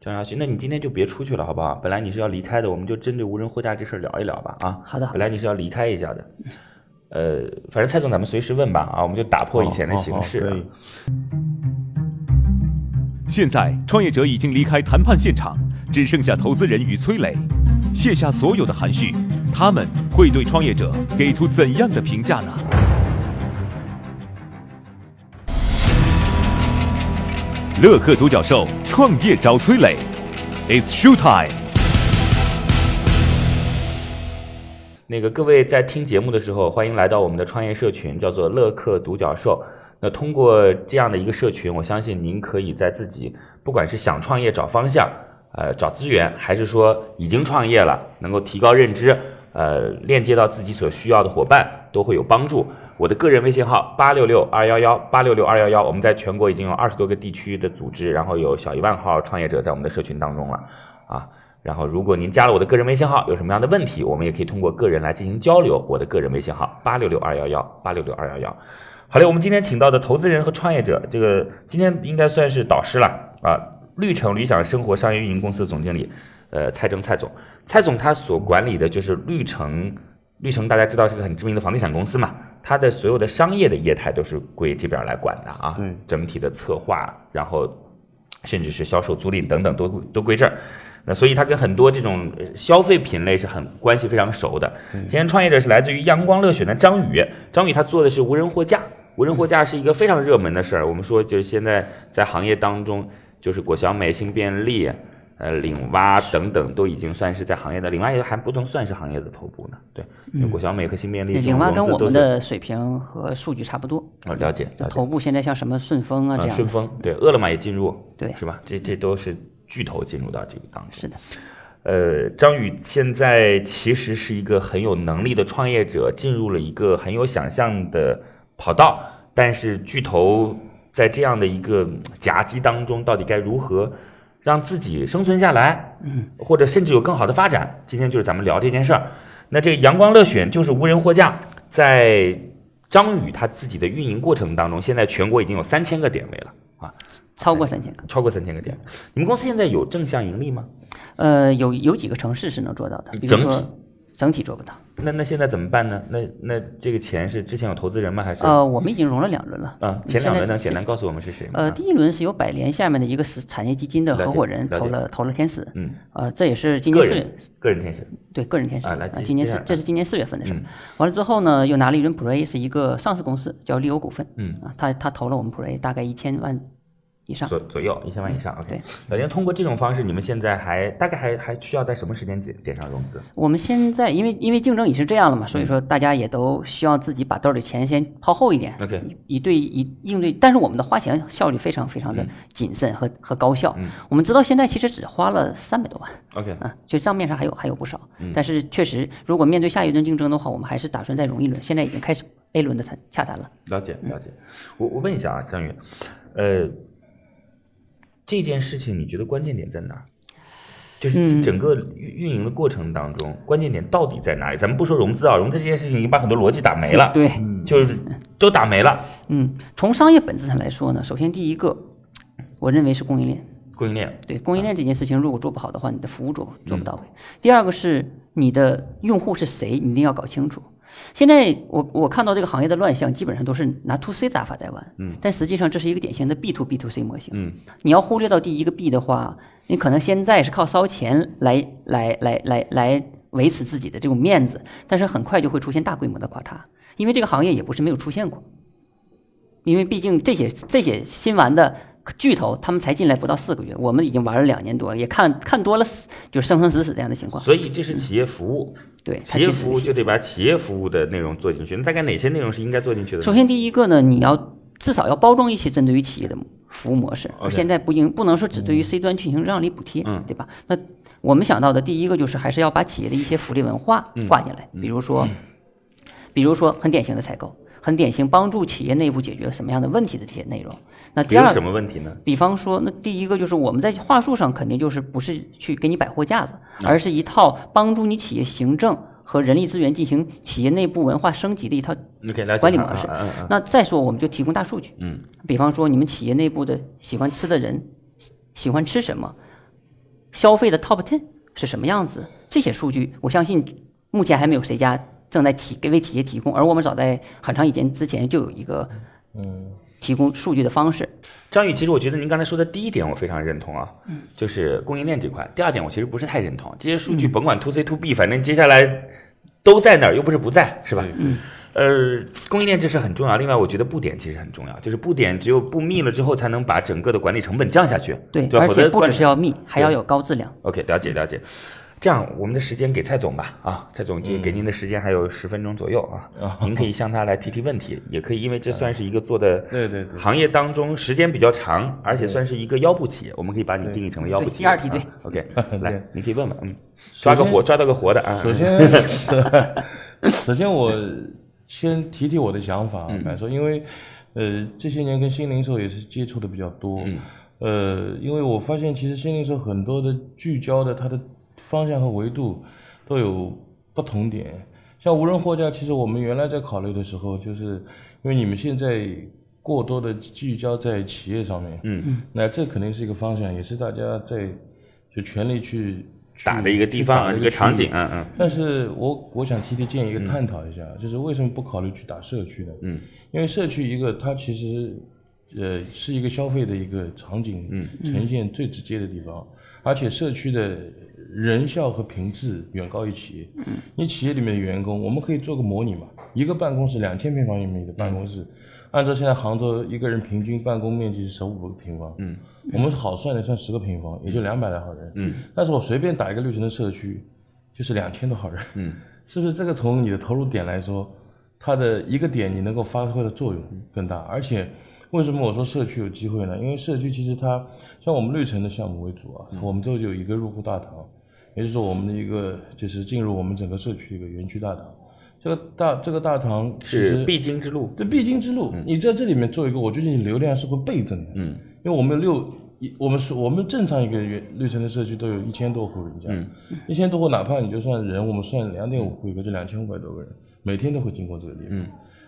[SPEAKER 2] 这样下去，那你今天就别出去了，好不好？本来你是要离开的，我们就针对无人货架这事儿聊一聊吧，啊。
[SPEAKER 6] 好的
[SPEAKER 2] 本来你是要离开一下的，呃，反正蔡总咱们随时问吧，啊，我们就打破以前的
[SPEAKER 4] 好
[SPEAKER 2] 形式
[SPEAKER 4] 好
[SPEAKER 2] 啊。
[SPEAKER 4] 可以
[SPEAKER 1] 现在，创业者已经离开谈判现场，只剩下投资人与崔磊，卸下所有的含蓄，他们会对创业者给出怎样的评价呢？乐客独角兽创业找崔磊，It's show time。
[SPEAKER 2] 那个各位在听节目的时候，欢迎来到我们的创业社群，叫做乐客独角兽。那通过这样的一个社群，我相信您可以在自己不管是想创业找方向，呃，找资源，还是说已经创业了，能够提高认知，呃，链接到自己所需要的伙伴，都会有帮助。我的个人微信号八六六二幺幺八六六二幺幺，我们在全国已经有二十多个地区的组织，然后有小一万号创业者在我们的社群当中了，啊，然后，如果您加了我的个人微信号，有什么样的问题，我们也可以通过个人来进行交流。我的个人微信号八六六二幺幺八六六二幺幺。好嘞，我们今天请到的投资人和创业者，这个今天应该算是导师了啊，绿城理想生活商业运营公司的总经理，呃，蔡征蔡总。蔡总他所管理的就是绿城，绿城大家知道是个很知名的房地产公司嘛，它的所有的商业的业态都是归这边来管的啊，
[SPEAKER 4] 对
[SPEAKER 2] 整体的策划，然后甚至是销售、租赁等等都都归这儿。那所以它跟很多这种呃消费品类是很关系非常熟的。今天创业者是来自于阳光乐选的张宇，张宇他做的是无人货架，无人货架是一个非常热门的事儿。我们说就是现在在行业当中，就是果小美、新便利、呃领蛙等等都已经算是在行业的，领蛙也还不能算是行业的头部呢。对，因为果小美和新便利这种
[SPEAKER 6] 领蛙
[SPEAKER 2] 融
[SPEAKER 6] 跟
[SPEAKER 2] 资
[SPEAKER 6] 我
[SPEAKER 2] 都
[SPEAKER 6] 们
[SPEAKER 2] 是
[SPEAKER 6] 的水平和数据差不多，
[SPEAKER 2] 哦了解
[SPEAKER 6] 就
[SPEAKER 2] 了解
[SPEAKER 6] 头。部现在像什么顺丰啊这
[SPEAKER 2] 啊，
[SPEAKER 6] 样
[SPEAKER 2] 顺
[SPEAKER 6] 的，
[SPEAKER 2] 丰对，饿了么也进入，
[SPEAKER 6] 对
[SPEAKER 2] 是吧？这这都是巨头进入到这个当中。
[SPEAKER 6] 是的，
[SPEAKER 2] 呃，张宇现在其实是一个很有能力的创业者，进入了一个很有想象的跑道，但是巨头在这样的一个嗯夹击当中，到底该如何让自己生存下来，嗯，或者甚至有更好的发展？今天就是咱们聊这件事儿。那这个阳光乐选就是无人货架，在张宇他自己的运营过程当中，现在全国已经有三千个点位了啊，
[SPEAKER 6] 超过三千个。
[SPEAKER 2] 超过三千个点。你们公司现在有正向盈利吗？
[SPEAKER 6] 呃，有有几个城市是能做到的，比如
[SPEAKER 2] 嗯整
[SPEAKER 6] 说
[SPEAKER 2] 体
[SPEAKER 6] 整体做不到。
[SPEAKER 2] 那那现在怎么办呢？那那这个钱是之前有投资人吗？还是
[SPEAKER 6] 呃，我们已经融了两轮了。嗯
[SPEAKER 2] 啊，前两轮呢？简
[SPEAKER 6] 现在
[SPEAKER 2] 单告诉我们是谁吗？
[SPEAKER 6] 呃，
[SPEAKER 2] 啊
[SPEAKER 6] 第一轮是由百联下面的一个是产业基金的
[SPEAKER 2] 了解
[SPEAKER 6] 合伙人
[SPEAKER 2] 了
[SPEAKER 6] 投
[SPEAKER 2] 解
[SPEAKER 6] 了投了天使，
[SPEAKER 2] 嗯，
[SPEAKER 6] 呃，这也是今
[SPEAKER 2] 个
[SPEAKER 6] 年四月
[SPEAKER 2] 人个人天使，
[SPEAKER 6] 对个人天使
[SPEAKER 2] 啊来
[SPEAKER 6] 今年
[SPEAKER 2] 接下
[SPEAKER 6] 四
[SPEAKER 2] 来
[SPEAKER 6] 这是今年四月份的事儿
[SPEAKER 2] 嗯。
[SPEAKER 6] 完了之后呢，又拿了一轮普瑞，是一个上市公司叫利欧股份，
[SPEAKER 2] 嗯
[SPEAKER 6] 啊，他他投了我们普瑞大概一千万以上。
[SPEAKER 2] 左左右一千万以上。OK，
[SPEAKER 6] 对
[SPEAKER 2] 小林，通过这种方式，你们现在还大概还还需要在什么时间点点上融资？
[SPEAKER 6] 我们现在因为因为竞争已是这样了嘛，
[SPEAKER 2] 嗯
[SPEAKER 6] 所以说大家也都希望自己把兜里钱先抛厚一点
[SPEAKER 2] OK
[SPEAKER 6] 以以对以应对。但是我们的花钱效率非常非常的谨慎和、和高效。
[SPEAKER 2] 嗯
[SPEAKER 6] 我们直到现在其实只花了三百多万，
[SPEAKER 2] OK，
[SPEAKER 6] 啊，就账面上还有还有不少
[SPEAKER 2] 嗯。
[SPEAKER 6] 但是确实，如果面对下一轮竞争的话，我们还是打算再融一轮。现在已经开始 A 轮的谈洽谈了。
[SPEAKER 2] 了解了解。我我问一下啊，张宇，呃，这件事情你觉得关键点在哪儿？就是
[SPEAKER 6] 嗯
[SPEAKER 2] 整个运运营的过程当中，关键点到底在哪里？咱们不说融资啊，融资这件事情已经把很多逻辑打没了，，嗯
[SPEAKER 6] 对，
[SPEAKER 2] 就是都打没了。
[SPEAKER 6] 嗯，从商业本质上来说呢，首先第一个，我认为是供应链。
[SPEAKER 2] 供应链，
[SPEAKER 6] 对供应链这件事情，如果做不好的话，你的服务做做不到位。第二个是你的用户是谁，你一定要搞清楚。现在我我看到这个行业的乱象，基本上都是拿 to C 打法在玩，嗯，但实际上这是一个典型的 B to B to C 模型，
[SPEAKER 2] 嗯，
[SPEAKER 6] 你要忽略到第一个 B 的话，你可能现在是靠烧钱来来来来来维持自己的这种面子，但是很快就会出现大规模的垮塌，因为这个行业也不是没有出现过，因为毕竟这些这些新玩的巨头，他们才进来不到四个月，我们已经玩了两年多了，也看看多了死，就是生生死死这样的情况。
[SPEAKER 2] 所以这是企业服务。
[SPEAKER 6] 对，嗯它
[SPEAKER 2] 企业
[SPEAKER 6] 确实
[SPEAKER 2] 服务
[SPEAKER 6] 是
[SPEAKER 2] 就得把企业服务的内容做进去。那大概哪些内容是应该做进去的呢？
[SPEAKER 6] 首先第一个呢，你要至少要包装一些针对于企业的服务模式。
[SPEAKER 2] OK
[SPEAKER 6] 现在不应不能说只对于 C 端进行让利补贴，
[SPEAKER 2] 嗯
[SPEAKER 6] 对吧？那我们想到的第一个就是还是要把企业的一些福利文化
[SPEAKER 2] 嗯
[SPEAKER 6] 挂进来，比如说、比如说很典型的采购，很典型帮助企业内部解决什么样的问题的这些内容。那
[SPEAKER 2] 比
[SPEAKER 6] 第
[SPEAKER 2] 如
[SPEAKER 6] 二
[SPEAKER 2] 什么问题呢？
[SPEAKER 6] 比方说，那第一个就是我们在话术上肯定就是不是去给你摆货架子，
[SPEAKER 2] 嗯
[SPEAKER 6] 而是一套帮助你企业行政和人力资源进行企业内部文化升级的一套
[SPEAKER 2] 你可以了解
[SPEAKER 6] 管理
[SPEAKER 2] 它
[SPEAKER 6] 模式
[SPEAKER 2] 啊啊啊。
[SPEAKER 6] 那再说，我们就提供大数据，
[SPEAKER 2] 嗯，
[SPEAKER 6] 比方说你们企业内部的喜欢吃的人喜喜欢吃什么，消费的 top ten 是什么样子，这些数据我相信目前还没有谁家正在提给为企业提供，而我们早在很长以前之前就有一个
[SPEAKER 2] 嗯
[SPEAKER 6] 提供数据的方式。
[SPEAKER 2] 张宇，其实我觉得您刚才说的第一点我非常认同啊，
[SPEAKER 6] 嗯
[SPEAKER 2] 就是供应链这块。第二点我其实不是太认同，这些数
[SPEAKER 6] 嗯
[SPEAKER 2] 据甭管 to C to B，反正接下来都在那儿，又不是不在，是吧？嗯。呃，供应链这是很重要。另外，我觉得布点其实很重要，就是布点只有布密了之后，才能把整个的管理成本降下去。
[SPEAKER 6] 对，
[SPEAKER 2] 对吧，啊
[SPEAKER 6] 而
[SPEAKER 2] 否
[SPEAKER 6] 且
[SPEAKER 2] 则
[SPEAKER 6] 不
[SPEAKER 2] 管
[SPEAKER 6] 只是要密，还要有高质量。
[SPEAKER 2] OK，了解了解。这样，我们的时间给蔡总吧，啊，蔡总
[SPEAKER 4] 嗯
[SPEAKER 2] 就给您的时间还有十分钟左右 啊，您可以向他来提提问题，也可以，因为这算是一个做的
[SPEAKER 4] 嗯对对对
[SPEAKER 2] 行业当中时间比较长，而且算是一个腰部企业，我们可以把你定义成为腰部
[SPEAKER 6] 对
[SPEAKER 2] 企业。
[SPEAKER 6] 第二题
[SPEAKER 2] 啊
[SPEAKER 6] 对
[SPEAKER 2] OK，来
[SPEAKER 4] 对，
[SPEAKER 2] 你可以问问，嗯，抓个活，抓到个活的啊。
[SPEAKER 4] 首先， 首先我先提提我的想法
[SPEAKER 2] 嗯
[SPEAKER 4] 感受，因为呃这些年跟新零售也是接触的比较多，
[SPEAKER 2] 嗯
[SPEAKER 4] 呃，因为我发现其实新零售很多的聚焦的它的方向和维度都有不同点。像无人货架，其实我们原来在考虑的时候，就是因为你们现在过多的聚焦在企业上面，
[SPEAKER 2] 嗯，
[SPEAKER 4] 那这肯定是一个方向，也是大家在就全力去
[SPEAKER 2] 打的一个地
[SPEAKER 4] 去
[SPEAKER 2] 方
[SPEAKER 4] 打
[SPEAKER 2] 啊，
[SPEAKER 4] 的
[SPEAKER 2] 一个场
[SPEAKER 4] 区域
[SPEAKER 2] 景，嗯嗯
[SPEAKER 4] 但是我我想提提建议，一个探讨一下，就是为什么不考虑去打社区呢？
[SPEAKER 2] 嗯，
[SPEAKER 4] 因为社区一个它其实，呃，是一个消费的一个场景，
[SPEAKER 2] 嗯，
[SPEAKER 4] 呈现最直接的地方，而且社区的人效和品质远高于企业。嗯，你企业里面的员工，我们可以做个模拟嘛，一个办公室两千平方米的办公室，按照现在杭州一个人平均办公面积是十五个平方，
[SPEAKER 2] 嗯，
[SPEAKER 4] 我们好算的算十个平方，也就两百来号人，
[SPEAKER 2] 嗯，
[SPEAKER 4] 但是我随便打一个绿城的社区，就是两千多号人，
[SPEAKER 2] 嗯，
[SPEAKER 4] 是不是这个从你的投入点来说，它的一个点你能够发挥的作用更大，而且。为什么我说社区有机会呢？因为社区其实它像我们绿城的项目为主啊，我们这就有一个入户大堂，也就是说我们的一个就是进入我们整个社区一个园区大堂。这个大这个大堂其实
[SPEAKER 2] 是必经之路。
[SPEAKER 4] 这必经之路，你在这里面做一个，我觉得你流量是会倍增的。
[SPEAKER 2] 嗯，
[SPEAKER 4] 因为我们有六一，我们是我们正常一个月绿城的社区都有一千多户人家，
[SPEAKER 2] 嗯
[SPEAKER 4] 一千多户，哪怕你就算人，我们算两点五户一个，就两千五百多个人，每天都会经过这个地方。
[SPEAKER 2] 嗯，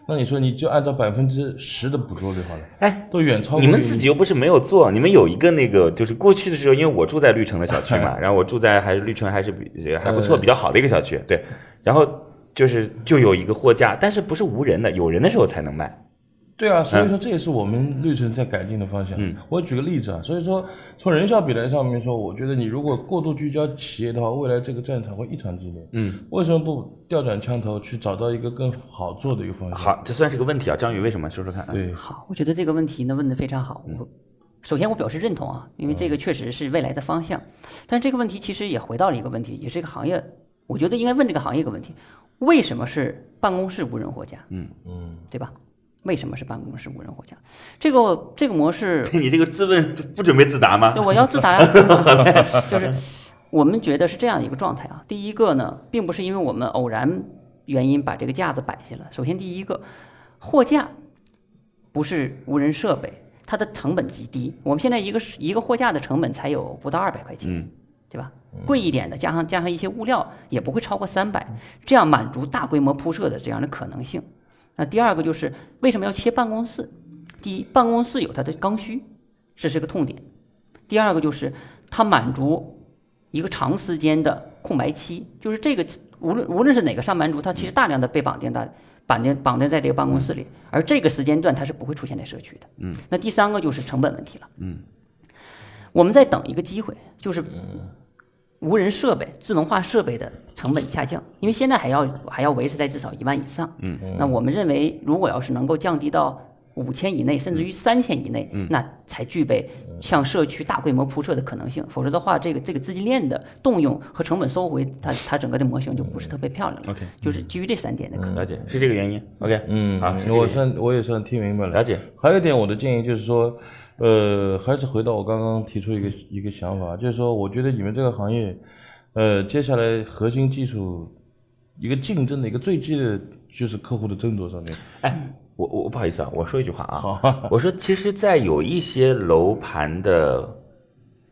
[SPEAKER 4] 那你说你就按照百分之十的捕捉率好了，
[SPEAKER 2] 哎，
[SPEAKER 4] 都远超过
[SPEAKER 2] 你们
[SPEAKER 4] 于
[SPEAKER 2] 自己又不是没有做，你们有一个那个，就是过去的时候，因为我住在绿城的小区嘛，然后我住在还是绿城还是比还不错、比较好的一个小区，对，然后就是就有一个货架，但是不是无人的，有人的时候才能卖。
[SPEAKER 4] 对啊，所以说这也是我们绿城在改进的方向。
[SPEAKER 2] 嗯
[SPEAKER 4] 我举个例子啊，所以说从人效比来上面说，我觉得你如果过度聚焦企业的话，未来这个战场会异常激烈。
[SPEAKER 2] 嗯，
[SPEAKER 4] 为什么不调转枪头去找到一个更好做的一个方向？，嗯
[SPEAKER 2] 好，这算是个问题啊，张宇为什么？说说看。，
[SPEAKER 4] 对，
[SPEAKER 6] 好，我觉得这个问题呢问的非常好。我首先我表示认同啊，因为这个确实是未来的方向。但是这个问题其实也回到了一个问题，也是一个行业，我觉得应该问这个行业一个问题：为什么是办公室无人货架？
[SPEAKER 2] 嗯
[SPEAKER 6] 嗯，对吧？为什么是办公室无人货架？这个这个模式
[SPEAKER 2] 你这个自问不准备自答吗
[SPEAKER 6] 对，？我要自答呀， 就是我们觉得是这样一个状态啊。第一个呢，并不是因为我们偶然原因把这个架子摆下了。首先，第一个货架不是无人设备，它的成本极低。我们现在一个一个货架的成本才有不到二百块钱，
[SPEAKER 2] 嗯
[SPEAKER 6] 对吧？贵一点的，加上加上一些物料，也不会超过三百，
[SPEAKER 2] 嗯
[SPEAKER 6] 这样满足大规模铺设的这样的可能性。那第二个就是为什么要切办公室？第一，办公室有它的刚需，这是个痛点；第二个就是它满足一个长时间的空白期，就是这个无论无论是哪个上班族，他其实大量的被绑定在绑定绑定在这个办公室里，而这个时间段它是不会出现在社区的。嗯，那第三个就是成本问题了。嗯，我们在等一个机会，就是
[SPEAKER 2] 嗯
[SPEAKER 6] 无人设备、智能化设备的成本下降，因为现在还要还要维持在至少一万以上。嗯，那我们认为，如果要是能够降低到五千以内，
[SPEAKER 2] 嗯
[SPEAKER 6] 甚至于三千以内，那才具备向社区大规模铺设的可能性。否则的话，这个这个资金链的动用和成本收回，它它整个的模型就不是特别漂亮了。
[SPEAKER 2] OK
[SPEAKER 6] 就是基于这三点的可能。
[SPEAKER 2] 了解，是这个原因。OK，
[SPEAKER 4] 嗯，
[SPEAKER 2] 好，是这个
[SPEAKER 4] 我
[SPEAKER 2] 原因
[SPEAKER 4] 算我也算听明白了。
[SPEAKER 2] 了解。
[SPEAKER 4] 还有一点，我的建议就是说，呃，还是回到我刚刚提出一个一个想法，就是说，我觉得你们这个行业，呃，接下来核心技术一个竞争的一个最激烈的就是客户的争夺上面。
[SPEAKER 2] 哎，我我我不好意思啊，我说一句话啊，我说其实，在有一些楼盘的，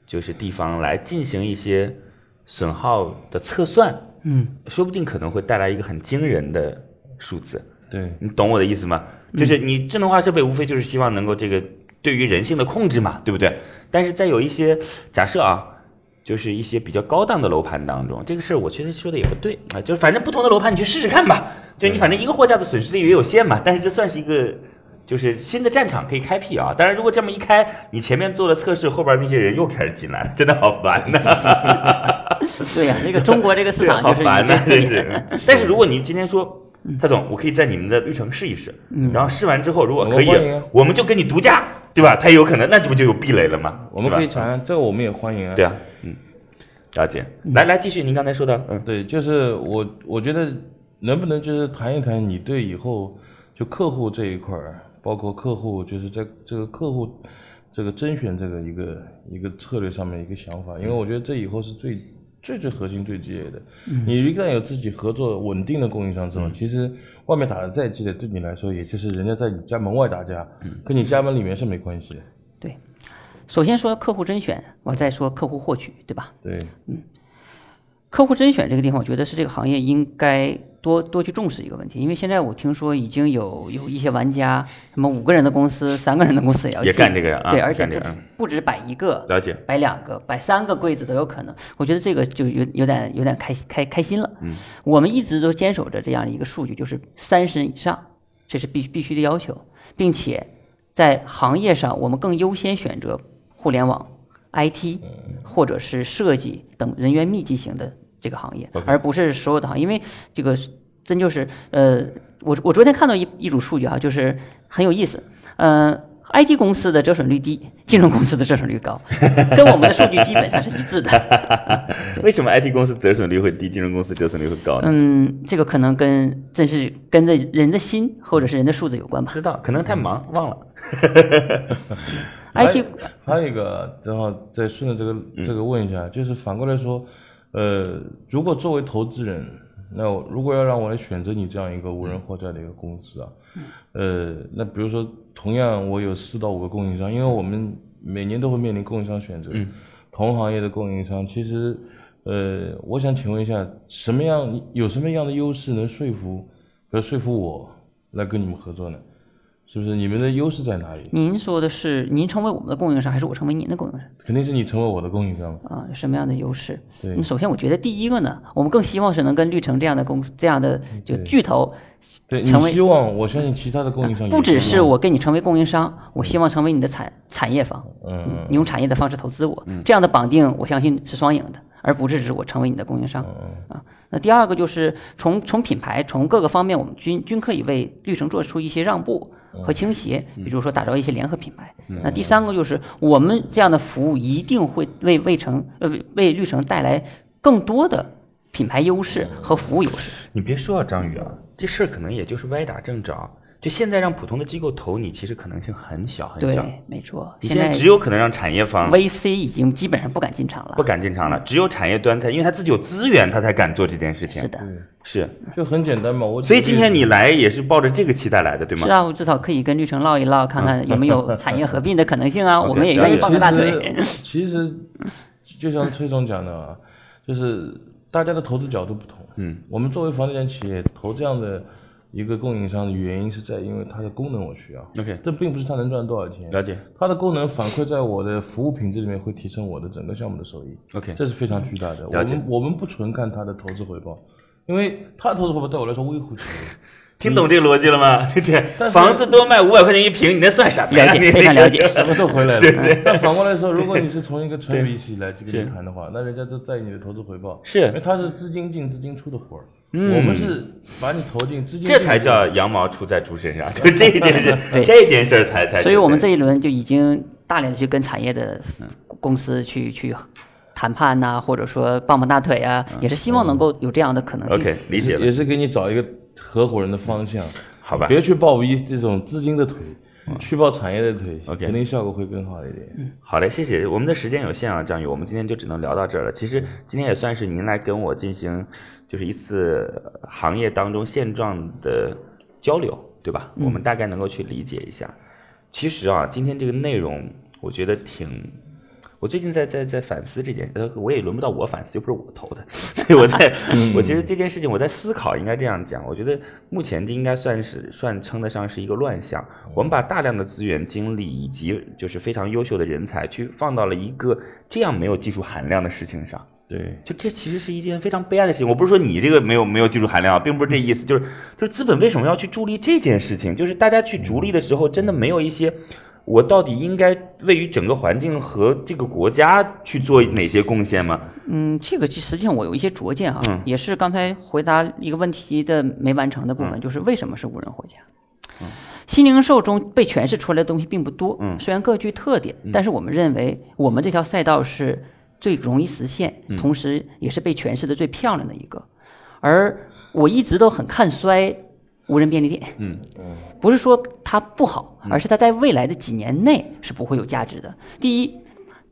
[SPEAKER 2] 就是地方来进行一些损耗的测算，嗯，说不定可能会带来一个很惊人的数字，
[SPEAKER 4] 对，
[SPEAKER 2] 你懂我的意思吗？就是你智能化设备无非就是希望能够这个对于人性的控制嘛，对不对？但是在有一些假设啊，就是一些比较高档的楼盘当中，这个事儿我觉得说的也不对啊，就是反正不同的楼盘你去试试看吧，就你反正一个货架的损失率也有限嘛，但是这算是一个。就是新的战场可以开辟啊！当然，如果这么一开，你前面做了测试，后边那些人又开始进来了，真的好烦呐、
[SPEAKER 6] 对呀、这个中国这个市
[SPEAKER 2] 嗯 对
[SPEAKER 6] 场
[SPEAKER 2] 啊好
[SPEAKER 6] 就是
[SPEAKER 2] 烦呐、
[SPEAKER 6] 一
[SPEAKER 2] 真
[SPEAKER 6] 个
[SPEAKER 2] 是。 嗯但是如果你今天说，蔡总，我可以在你们的绿城试一试，然后试完之后，如果可以
[SPEAKER 4] 我们欢迎，啊
[SPEAKER 2] 我们就跟你独家，对吧？他也有可能，那这不就有壁垒了吗？
[SPEAKER 4] 我们可以
[SPEAKER 2] 对吧
[SPEAKER 4] 谈，这个我们也欢迎啊。
[SPEAKER 2] 对啊，嗯，了解。来来，继续，您刚才说的，嗯，
[SPEAKER 4] 对，就是我我觉得能不能就是谈一谈你对以后就客户这一块儿，包括客户就是在这个客户这个甄选这个一个一个策略上面一个想法，因为我觉得这以后是最最最核心最激烈的。你一旦有自己合作稳定的供应商之后，其实外面打的再激烈，对你来说也就是人家在你家门外打架，跟你家门里面是没关系的。
[SPEAKER 6] 对。首先说客户甄选，我再说客户获取，对吧？
[SPEAKER 4] 对，
[SPEAKER 6] 客户甄选这个地方，我觉得是这个行业应该多多去重视一个问题，因为现在我听说已经有有一些玩家，什么五个人的公司、三个人的公司也要
[SPEAKER 2] 也
[SPEAKER 6] 进
[SPEAKER 2] 干这个啊
[SPEAKER 6] 对，而且
[SPEAKER 2] 干这
[SPEAKER 6] 不
[SPEAKER 2] 个
[SPEAKER 6] 止
[SPEAKER 2] 嗯
[SPEAKER 6] 不止摆一个，
[SPEAKER 2] 了解
[SPEAKER 6] 摆两个、摆三个柜子都有可能。我觉得这个就有有点有点开开开心了。嗯，我们一直都坚守着这样一个数据，就是三十以上，这是必必须的要求，并且在行业上我们更优先选择互联网、IT 或者是设计等人员密集型的这个行业，而不是所有的行业，因为这个真就是呃，我我昨天看到一一组数据啊，就是很有意思，呃。IT 公司的折损率低，金融公司的折损率高，跟我们的数据基本上是一致的。
[SPEAKER 2] 为什么 IT 公司折损率会低，金融公司折损率会高呢？
[SPEAKER 6] 嗯，这个可能跟真是跟着人的心或者是人的素质有关吧
[SPEAKER 2] 不。知道，可能太忙忘了。
[SPEAKER 4] 哎
[SPEAKER 6] IT
[SPEAKER 4] 还有一个，然后再顺着这个这个问一下，就是反过来说，呃，如果作为投资人，那我如果要让我来选择你这样一个无人货架的一个公司啊，呃，那比如说同样我有四到五个供应商，因为我们每年都会面临供应商选择，同行业的供应商，其实，呃，我想请问一下，什么样有什么样的优势能说服，比如说服我来跟你们合作呢？是不是你们的优势在哪里？
[SPEAKER 6] 您说的是您成为我们的供应商，还是我成为您的供应商
[SPEAKER 4] 肯定是你成为我的供应商嘛。
[SPEAKER 6] 啊？有什么样的优势？
[SPEAKER 4] 对
[SPEAKER 6] 嗯首先我觉得第一个呢，我们更希望是能跟绿城这样的公这样的
[SPEAKER 4] 嗯
[SPEAKER 6] 就
[SPEAKER 4] 对
[SPEAKER 6] 巨头
[SPEAKER 4] 对，你
[SPEAKER 6] 成为哎
[SPEAKER 4] 希望我相信其他的供应商也
[SPEAKER 6] 不只
[SPEAKER 4] 希
[SPEAKER 6] 是
[SPEAKER 4] 望，
[SPEAKER 6] 我跟你成为供应商，我希望成为你的产产业方，
[SPEAKER 4] 嗯
[SPEAKER 6] 你用产业的
[SPEAKER 2] 嗯嗯
[SPEAKER 6] 方式投资我，这样的绑定我相信是双赢的，而不是只是我成为你的供应商啊。那那第二个就是从从品牌从各个方面，我们均均可以为绿城做出一些让步
[SPEAKER 2] 嗯
[SPEAKER 6] 和倾斜，比如说打造一些联合品牌。那第三个就是我们这样的服务一定会为魏城呃为绿城带来更多的品牌优势和服务优势。
[SPEAKER 2] 你别说啊，张宇啊，这事儿可能也就是歪打正着。就现在让普通的机构投你，其实可能性很小很小。
[SPEAKER 6] 对，没错。
[SPEAKER 2] 你现在只有可能让产业方
[SPEAKER 6] VC 已经基本上不敢进场了。
[SPEAKER 2] 不敢进场了，只有产业端才，因为他自己有资源，他才敢做这件事情。
[SPEAKER 6] 是，的，
[SPEAKER 2] 是。
[SPEAKER 4] 就很简单嘛。我
[SPEAKER 2] 所以今天你来也是抱着这个期待来的，对吗？
[SPEAKER 6] 是嗯啊，我至少可以跟绿城唠一唠，看看有没 有产业合并的可能性啊。
[SPEAKER 2] OK，
[SPEAKER 6] 我们也愿意抱个大腿。
[SPEAKER 4] 其实，其实就像崔总讲的啊，就是大家的投资角度不同。
[SPEAKER 2] 嗯，
[SPEAKER 4] 我们作为房地产企业投这样的一个供应商的原因是在因为它的功能我需要。
[SPEAKER 2] OK
[SPEAKER 4] 这并不是它能赚多少钱，
[SPEAKER 2] 了解。
[SPEAKER 4] 它的功能反馈在我的服务品质里面会提升我的整个项目的收益。
[SPEAKER 2] OK
[SPEAKER 4] 这是非常巨大的。
[SPEAKER 2] 了解
[SPEAKER 4] 我们我们不纯看它的投资回报，因为它的投资回报对我来说微乎其微。
[SPEAKER 2] 听懂 这个逻辑了吗？对对，
[SPEAKER 4] 但是
[SPEAKER 2] 房子多卖五百块钱一平， 你那算啥？
[SPEAKER 6] 嗯 了解，非常了解。
[SPEAKER 4] 什么都回来了。但反过来说，如果你是从一个纯 VC 来去跟你谈的话，那人家都在意你的投资回报，
[SPEAKER 2] 是嗯
[SPEAKER 4] 因为他是资金进资金出的活儿。我们是把你投进资金进
[SPEAKER 2] 这
[SPEAKER 4] 的，
[SPEAKER 2] 才叫羊毛出在猪 身上，就这一件事，
[SPEAKER 6] 对
[SPEAKER 2] 这件事儿才才。
[SPEAKER 6] 所以我们这一轮就已经大量的去跟产业的公司去去谈判呐、或者说抱抱大腿啊，也是希望能够有这样的可能性。
[SPEAKER 2] OK 理解
[SPEAKER 4] 也
[SPEAKER 2] 了，
[SPEAKER 4] 是给你找一个合伙人的方向，
[SPEAKER 2] 好吧？嗯
[SPEAKER 4] 别去抱一这种资金的腿，去抱产业的腿，
[SPEAKER 2] OK 嗯
[SPEAKER 4] 肯定效果会更好一点。
[SPEAKER 2] 好嘞，谢谢。我们的时间有限啊，张宇，我们今天就只能聊到这儿了。其实今天也算是您来跟我进行，就是一次呃行业当中现状的交流，对吧？我们大概能够去理解一下。其实啊，今天这个内容我觉得挺，我最近在在在反思这件，呃，我也轮不到我反思，又不是我投的，所 以我在，我其实这件事情我在思考，应该这样讲，我觉得目前这应该算是算称得上是一个乱象。我们把大量的资源、精力以及就是非常优秀的人才去放到了一个这样没有技术含量的事情上，
[SPEAKER 4] 对，
[SPEAKER 2] 就这其实是一件非常悲哀的事情。我不是说你这个没有没有技术含量啊，并不是这意思，就是就是资本为什么要去助力这件事情？就是大家去逐利的时候，真的没有一些。我到底应该位于整个环境和这个国家去做哪些贡献吗？
[SPEAKER 6] 嗯，这个其实际上我有一些拙见哈，啊也是刚才回答一个问题的没完成的部分，就是为什么是无人货架？新零售中被诠释出来的东西并不多，虽然各具特点，但是我们认为我们这条赛道是最容易实现，同时也是被诠释的最漂亮的一个。而我一直都很看衰无人便利店，
[SPEAKER 2] 嗯，
[SPEAKER 6] 不是说它不好，而是它在未来的几年内是不会有价值的。第一，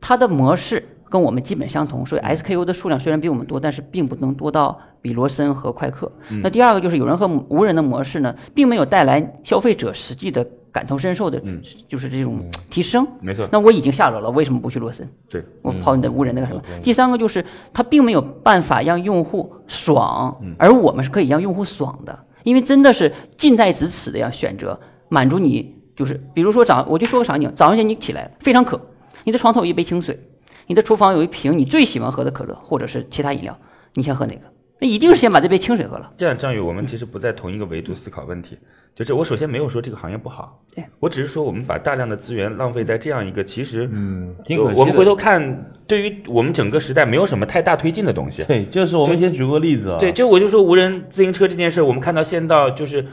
[SPEAKER 6] 它的模式跟我们基本相同，所以
[SPEAKER 2] 嗯
[SPEAKER 6] SKU 的数量虽然比我们多，但是并不能多到比罗森和快客。
[SPEAKER 2] 嗯
[SPEAKER 6] 那第二个就是有人和无人的模式呢，并没有带来消费者实际的感同身受的，就是这种提升。
[SPEAKER 2] 嗯没错
[SPEAKER 6] 那我已经下楼了，为什么不去罗森？
[SPEAKER 2] 对，
[SPEAKER 6] 我跑你的无人那个什么。第三个就是它并没有办法让用户爽，而我们是可以让用户爽的，因为真的是近在咫尺的呀，选择满足你就是，比如说早，我就说个场景，早上起你起来非常渴，你的床头有一杯清水，你的厨房有一瓶你最喜欢喝的可乐或者是其他饮料，你先喝哪个？那一定是先把这杯清水喝了。
[SPEAKER 2] 这样，张宇，我们其实不在同一个维度思考问题。就是我首先没有说这个行业不好，
[SPEAKER 6] 对
[SPEAKER 2] 我只是说我们把大量的资源浪费在这样一个其实，
[SPEAKER 4] 嗯挺可惜的
[SPEAKER 2] 我们回头看，对于我们整个时代没有什么太大推进的东西。
[SPEAKER 4] 对，就是我们以前举过例子啊，
[SPEAKER 2] 对，就我就说无人自行车这件事，我们看到现到就是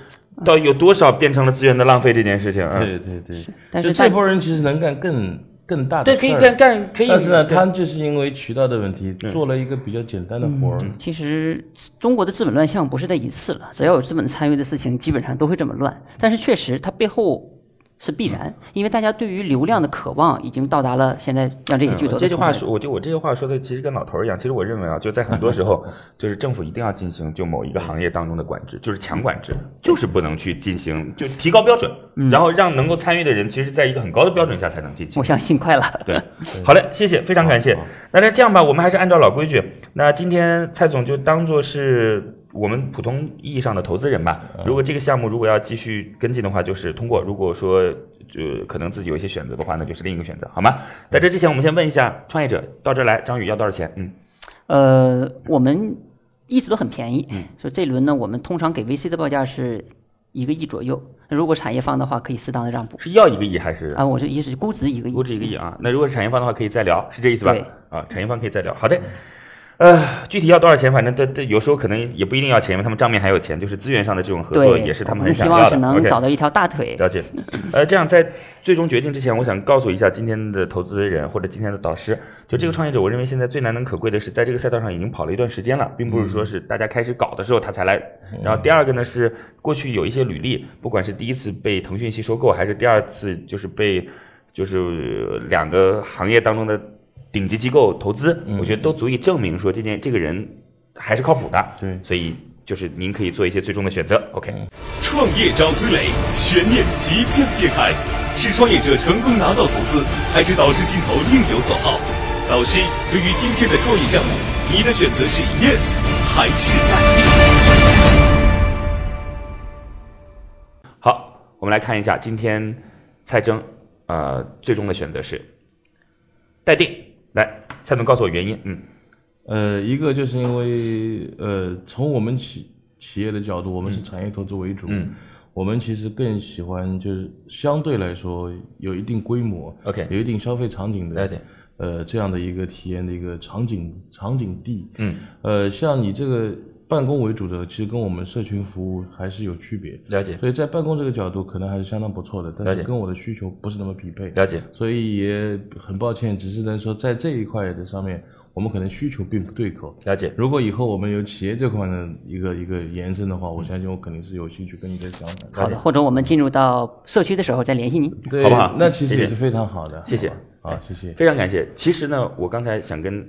[SPEAKER 2] 到有多少变成了资源的浪费这件事情，
[SPEAKER 4] 对
[SPEAKER 2] 嗯，
[SPEAKER 4] 对对，
[SPEAKER 6] 但
[SPEAKER 4] 就是这
[SPEAKER 6] 大
[SPEAKER 4] 波人其实能干更更大的
[SPEAKER 2] 对，
[SPEAKER 4] 事
[SPEAKER 2] 可以
[SPEAKER 4] 儿
[SPEAKER 2] 干干可以，
[SPEAKER 4] 但是呢，
[SPEAKER 2] 对
[SPEAKER 4] 他就是因为渠道的问题，做了一个比较简单的活儿。
[SPEAKER 2] 嗯
[SPEAKER 6] 其实中国的资本乱象不是这一次了，只要有资本参与的事情，基本上都会这么乱。但是确实，它背后是必然，因为大家对于流量的渴望已经到达了现在让这些巨头、
[SPEAKER 2] 嗯这句话说，，我就我这句话说的其实跟老头儿一样。其实我认为啊，就在很多时候，就是政府一定要进行就某一个行业当中的管制，就是强管制，就是不能去进行，就提高标准，然后让能够参与的人，其实在一个很高的标准下才能进行
[SPEAKER 6] 我。相信快了。
[SPEAKER 2] 对，好嘞，谢谢，非常感谢。那那这样吧，我们还是按照老规矩，那今天蔡总就当做是我们普通意义上的投资人吧。如果这个项目如果要继续跟进的话，就是通过；如果说呃可能自己有一些选择的话，那就是另一个选择，好吗？在这之前，我们先问一下创业者到这儿来，张宇要多少钱？嗯，
[SPEAKER 6] 呃，我们一直都很便宜，
[SPEAKER 2] 嗯
[SPEAKER 6] 所以这一轮呢，我们通常给 VC 的报价是一个亿左右。如果产业方的话，可以适当的让步
[SPEAKER 2] 是要一个亿还是
[SPEAKER 6] 啊。我这意思是估值一个亿嗯
[SPEAKER 2] 估，值一个亿啊？那如果是产业方的话，可以再聊，是这意思吧
[SPEAKER 6] 对？
[SPEAKER 2] 啊，产业方可以再聊。好的。呃，具体要多少钱，反正对对，有时候可能也不一定要钱，因为他们账面还有钱，就是资源上的这种合作
[SPEAKER 6] 对，
[SPEAKER 2] 也是他
[SPEAKER 6] 我
[SPEAKER 2] 们很想
[SPEAKER 6] 希
[SPEAKER 2] 要
[SPEAKER 6] 望
[SPEAKER 2] 的。
[SPEAKER 6] 是能
[SPEAKER 2] OK
[SPEAKER 6] 找到一条大腿。
[SPEAKER 2] 了解，呃，这样在最终决定之前，我想告诉一下今天的投资人或者今天的导师，就这个创业者，我认为现在最难能可贵的是，在这个赛道上已经跑了一段时间了，并不是说是大家开始搞的时候他才来。然后第二个呢是过去有一些履历，不管是第一次被腾讯系收购，还是第二次就是被就是两个行业当中的顶级机构投资，我觉得都足以证明说这件这个人还是靠谱的。
[SPEAKER 4] 对
[SPEAKER 2] 所以就是您可以做一些最终的选择。OK。
[SPEAKER 1] 创业找崔磊，悬念即将揭开，是创业者成功拿到投资，还是导师心头另有所好？导师，对于今天的创业项目，你的选择是 yes 还是 no？
[SPEAKER 2] 好，我们来看一下今天蔡征呃最终的选择是待定。来，蔡总告诉我原因。嗯
[SPEAKER 4] 呃，一个就是因为呃，从我们企企业的角度，我们是产业投资为主，
[SPEAKER 2] 嗯
[SPEAKER 4] 我们其实更喜欢就是相对来说有一定规模
[SPEAKER 2] OK
[SPEAKER 4] 有一定消费场景的，
[SPEAKER 2] 了解
[SPEAKER 4] 呃，这样的一个体验的一个场景场景地，
[SPEAKER 2] 嗯，
[SPEAKER 4] 呃，像你这个办公为主的，其实跟我们社群服务还是有区别，
[SPEAKER 2] 了解
[SPEAKER 4] 所以在办公这个角度可能还是相当不错的，
[SPEAKER 2] 了
[SPEAKER 4] 但
[SPEAKER 2] 解
[SPEAKER 4] 是跟我的需求不是那么匹配，
[SPEAKER 2] 了解
[SPEAKER 4] 所以也很抱歉，只是能说在这一块的上面，我们可能需求并不对口。
[SPEAKER 2] 了解。
[SPEAKER 4] 如果以后我们有企业这块的一个一个延伸的话，我相信我肯定是有兴趣跟你再讲的。
[SPEAKER 6] 好的，或者我们进入到社区的时候再联系您。
[SPEAKER 4] 对，
[SPEAKER 2] 好不好
[SPEAKER 4] 那其实
[SPEAKER 2] 谢谢
[SPEAKER 4] 也是非常好的。
[SPEAKER 2] 谢谢
[SPEAKER 4] 好吧，好，谢谢。
[SPEAKER 2] 非常感谢。其实呢，我刚才想跟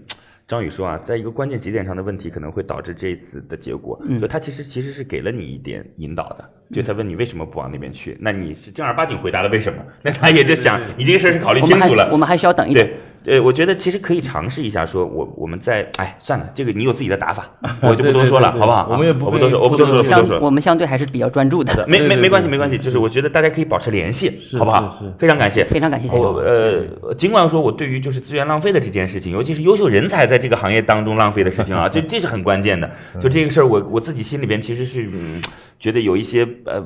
[SPEAKER 2] 张宇说啊，在一个关键节点上的问题可能会导致这一次的结果。就他其实其实是给了你一点引导的，就他问你为什么不往那边去，那你是正儿八经回答了为什么，那他也就想你这个事儿是考虑
[SPEAKER 6] 我
[SPEAKER 2] 清
[SPEAKER 6] 们还
[SPEAKER 2] 楚了。
[SPEAKER 6] 我们还需要等一等。
[SPEAKER 2] 对，呃，我觉得其实可以尝试一下，说我我们在，哎，算了，这个你有自己的 打法，我就不多说了，
[SPEAKER 4] 对对对对
[SPEAKER 2] 好不好？
[SPEAKER 4] 我们也不
[SPEAKER 2] 我不多说，我不多说，我不多
[SPEAKER 6] 相我
[SPEAKER 2] 说。
[SPEAKER 6] 们相对还是比较专注的。
[SPEAKER 2] 没没
[SPEAKER 4] 对对
[SPEAKER 2] 没关系，
[SPEAKER 4] 对
[SPEAKER 2] 没关系，就是我觉得大家可以保持联系，
[SPEAKER 4] 是
[SPEAKER 2] 好不好
[SPEAKER 4] 是是？
[SPEAKER 2] 非常感谢，
[SPEAKER 6] 非常感谢谢
[SPEAKER 2] 我呃，尽管说我对于就是资源浪费的这件事情，尤其是优秀人才在这个行业当中浪费的事情 啊，这这是很关键的。
[SPEAKER 4] 嗯
[SPEAKER 2] 就这个事儿，我我自己心里边其实是、嗯、觉得有一些呃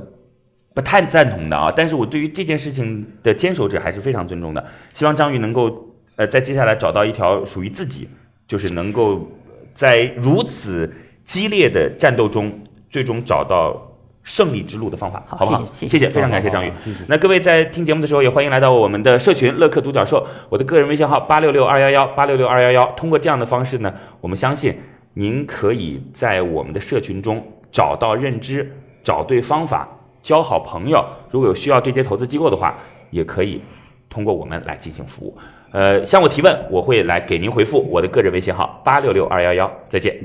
[SPEAKER 2] 不太赞同的啊，但是我对于这件事情的坚守者还是非常尊重的。希望张宇能够呃在接下来找到一条属于自己，就是能够在如此激烈的战斗中，最终找到胜利之路的方法，不
[SPEAKER 6] 好
[SPEAKER 2] 好？
[SPEAKER 6] 谢谢
[SPEAKER 2] 谢
[SPEAKER 6] 谢谢
[SPEAKER 2] 非常感谢张宇
[SPEAKER 4] 好好好谢谢。
[SPEAKER 2] 那各位在听节目的时候，也欢迎来到我们的社群“乐客独角兽”，我的个人微信号八六六二幺幺八六六二幺幺。通过这样的方式呢，我们相信您可以在我们的社群中找到认知，找对方法，交好朋友。如果有需要对接投资机构的话，也可以通过我们来进行服务。呃，向我提问，我会来给您回复。我的个人微信号八六六二幺幺，再见。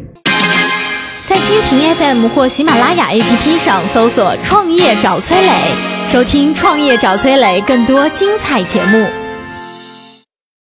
[SPEAKER 3] 在蜻蜓 FM 或喜马拉雅 APP 上搜索“创业找崔磊”，收听“创业找崔磊”更多精彩节目。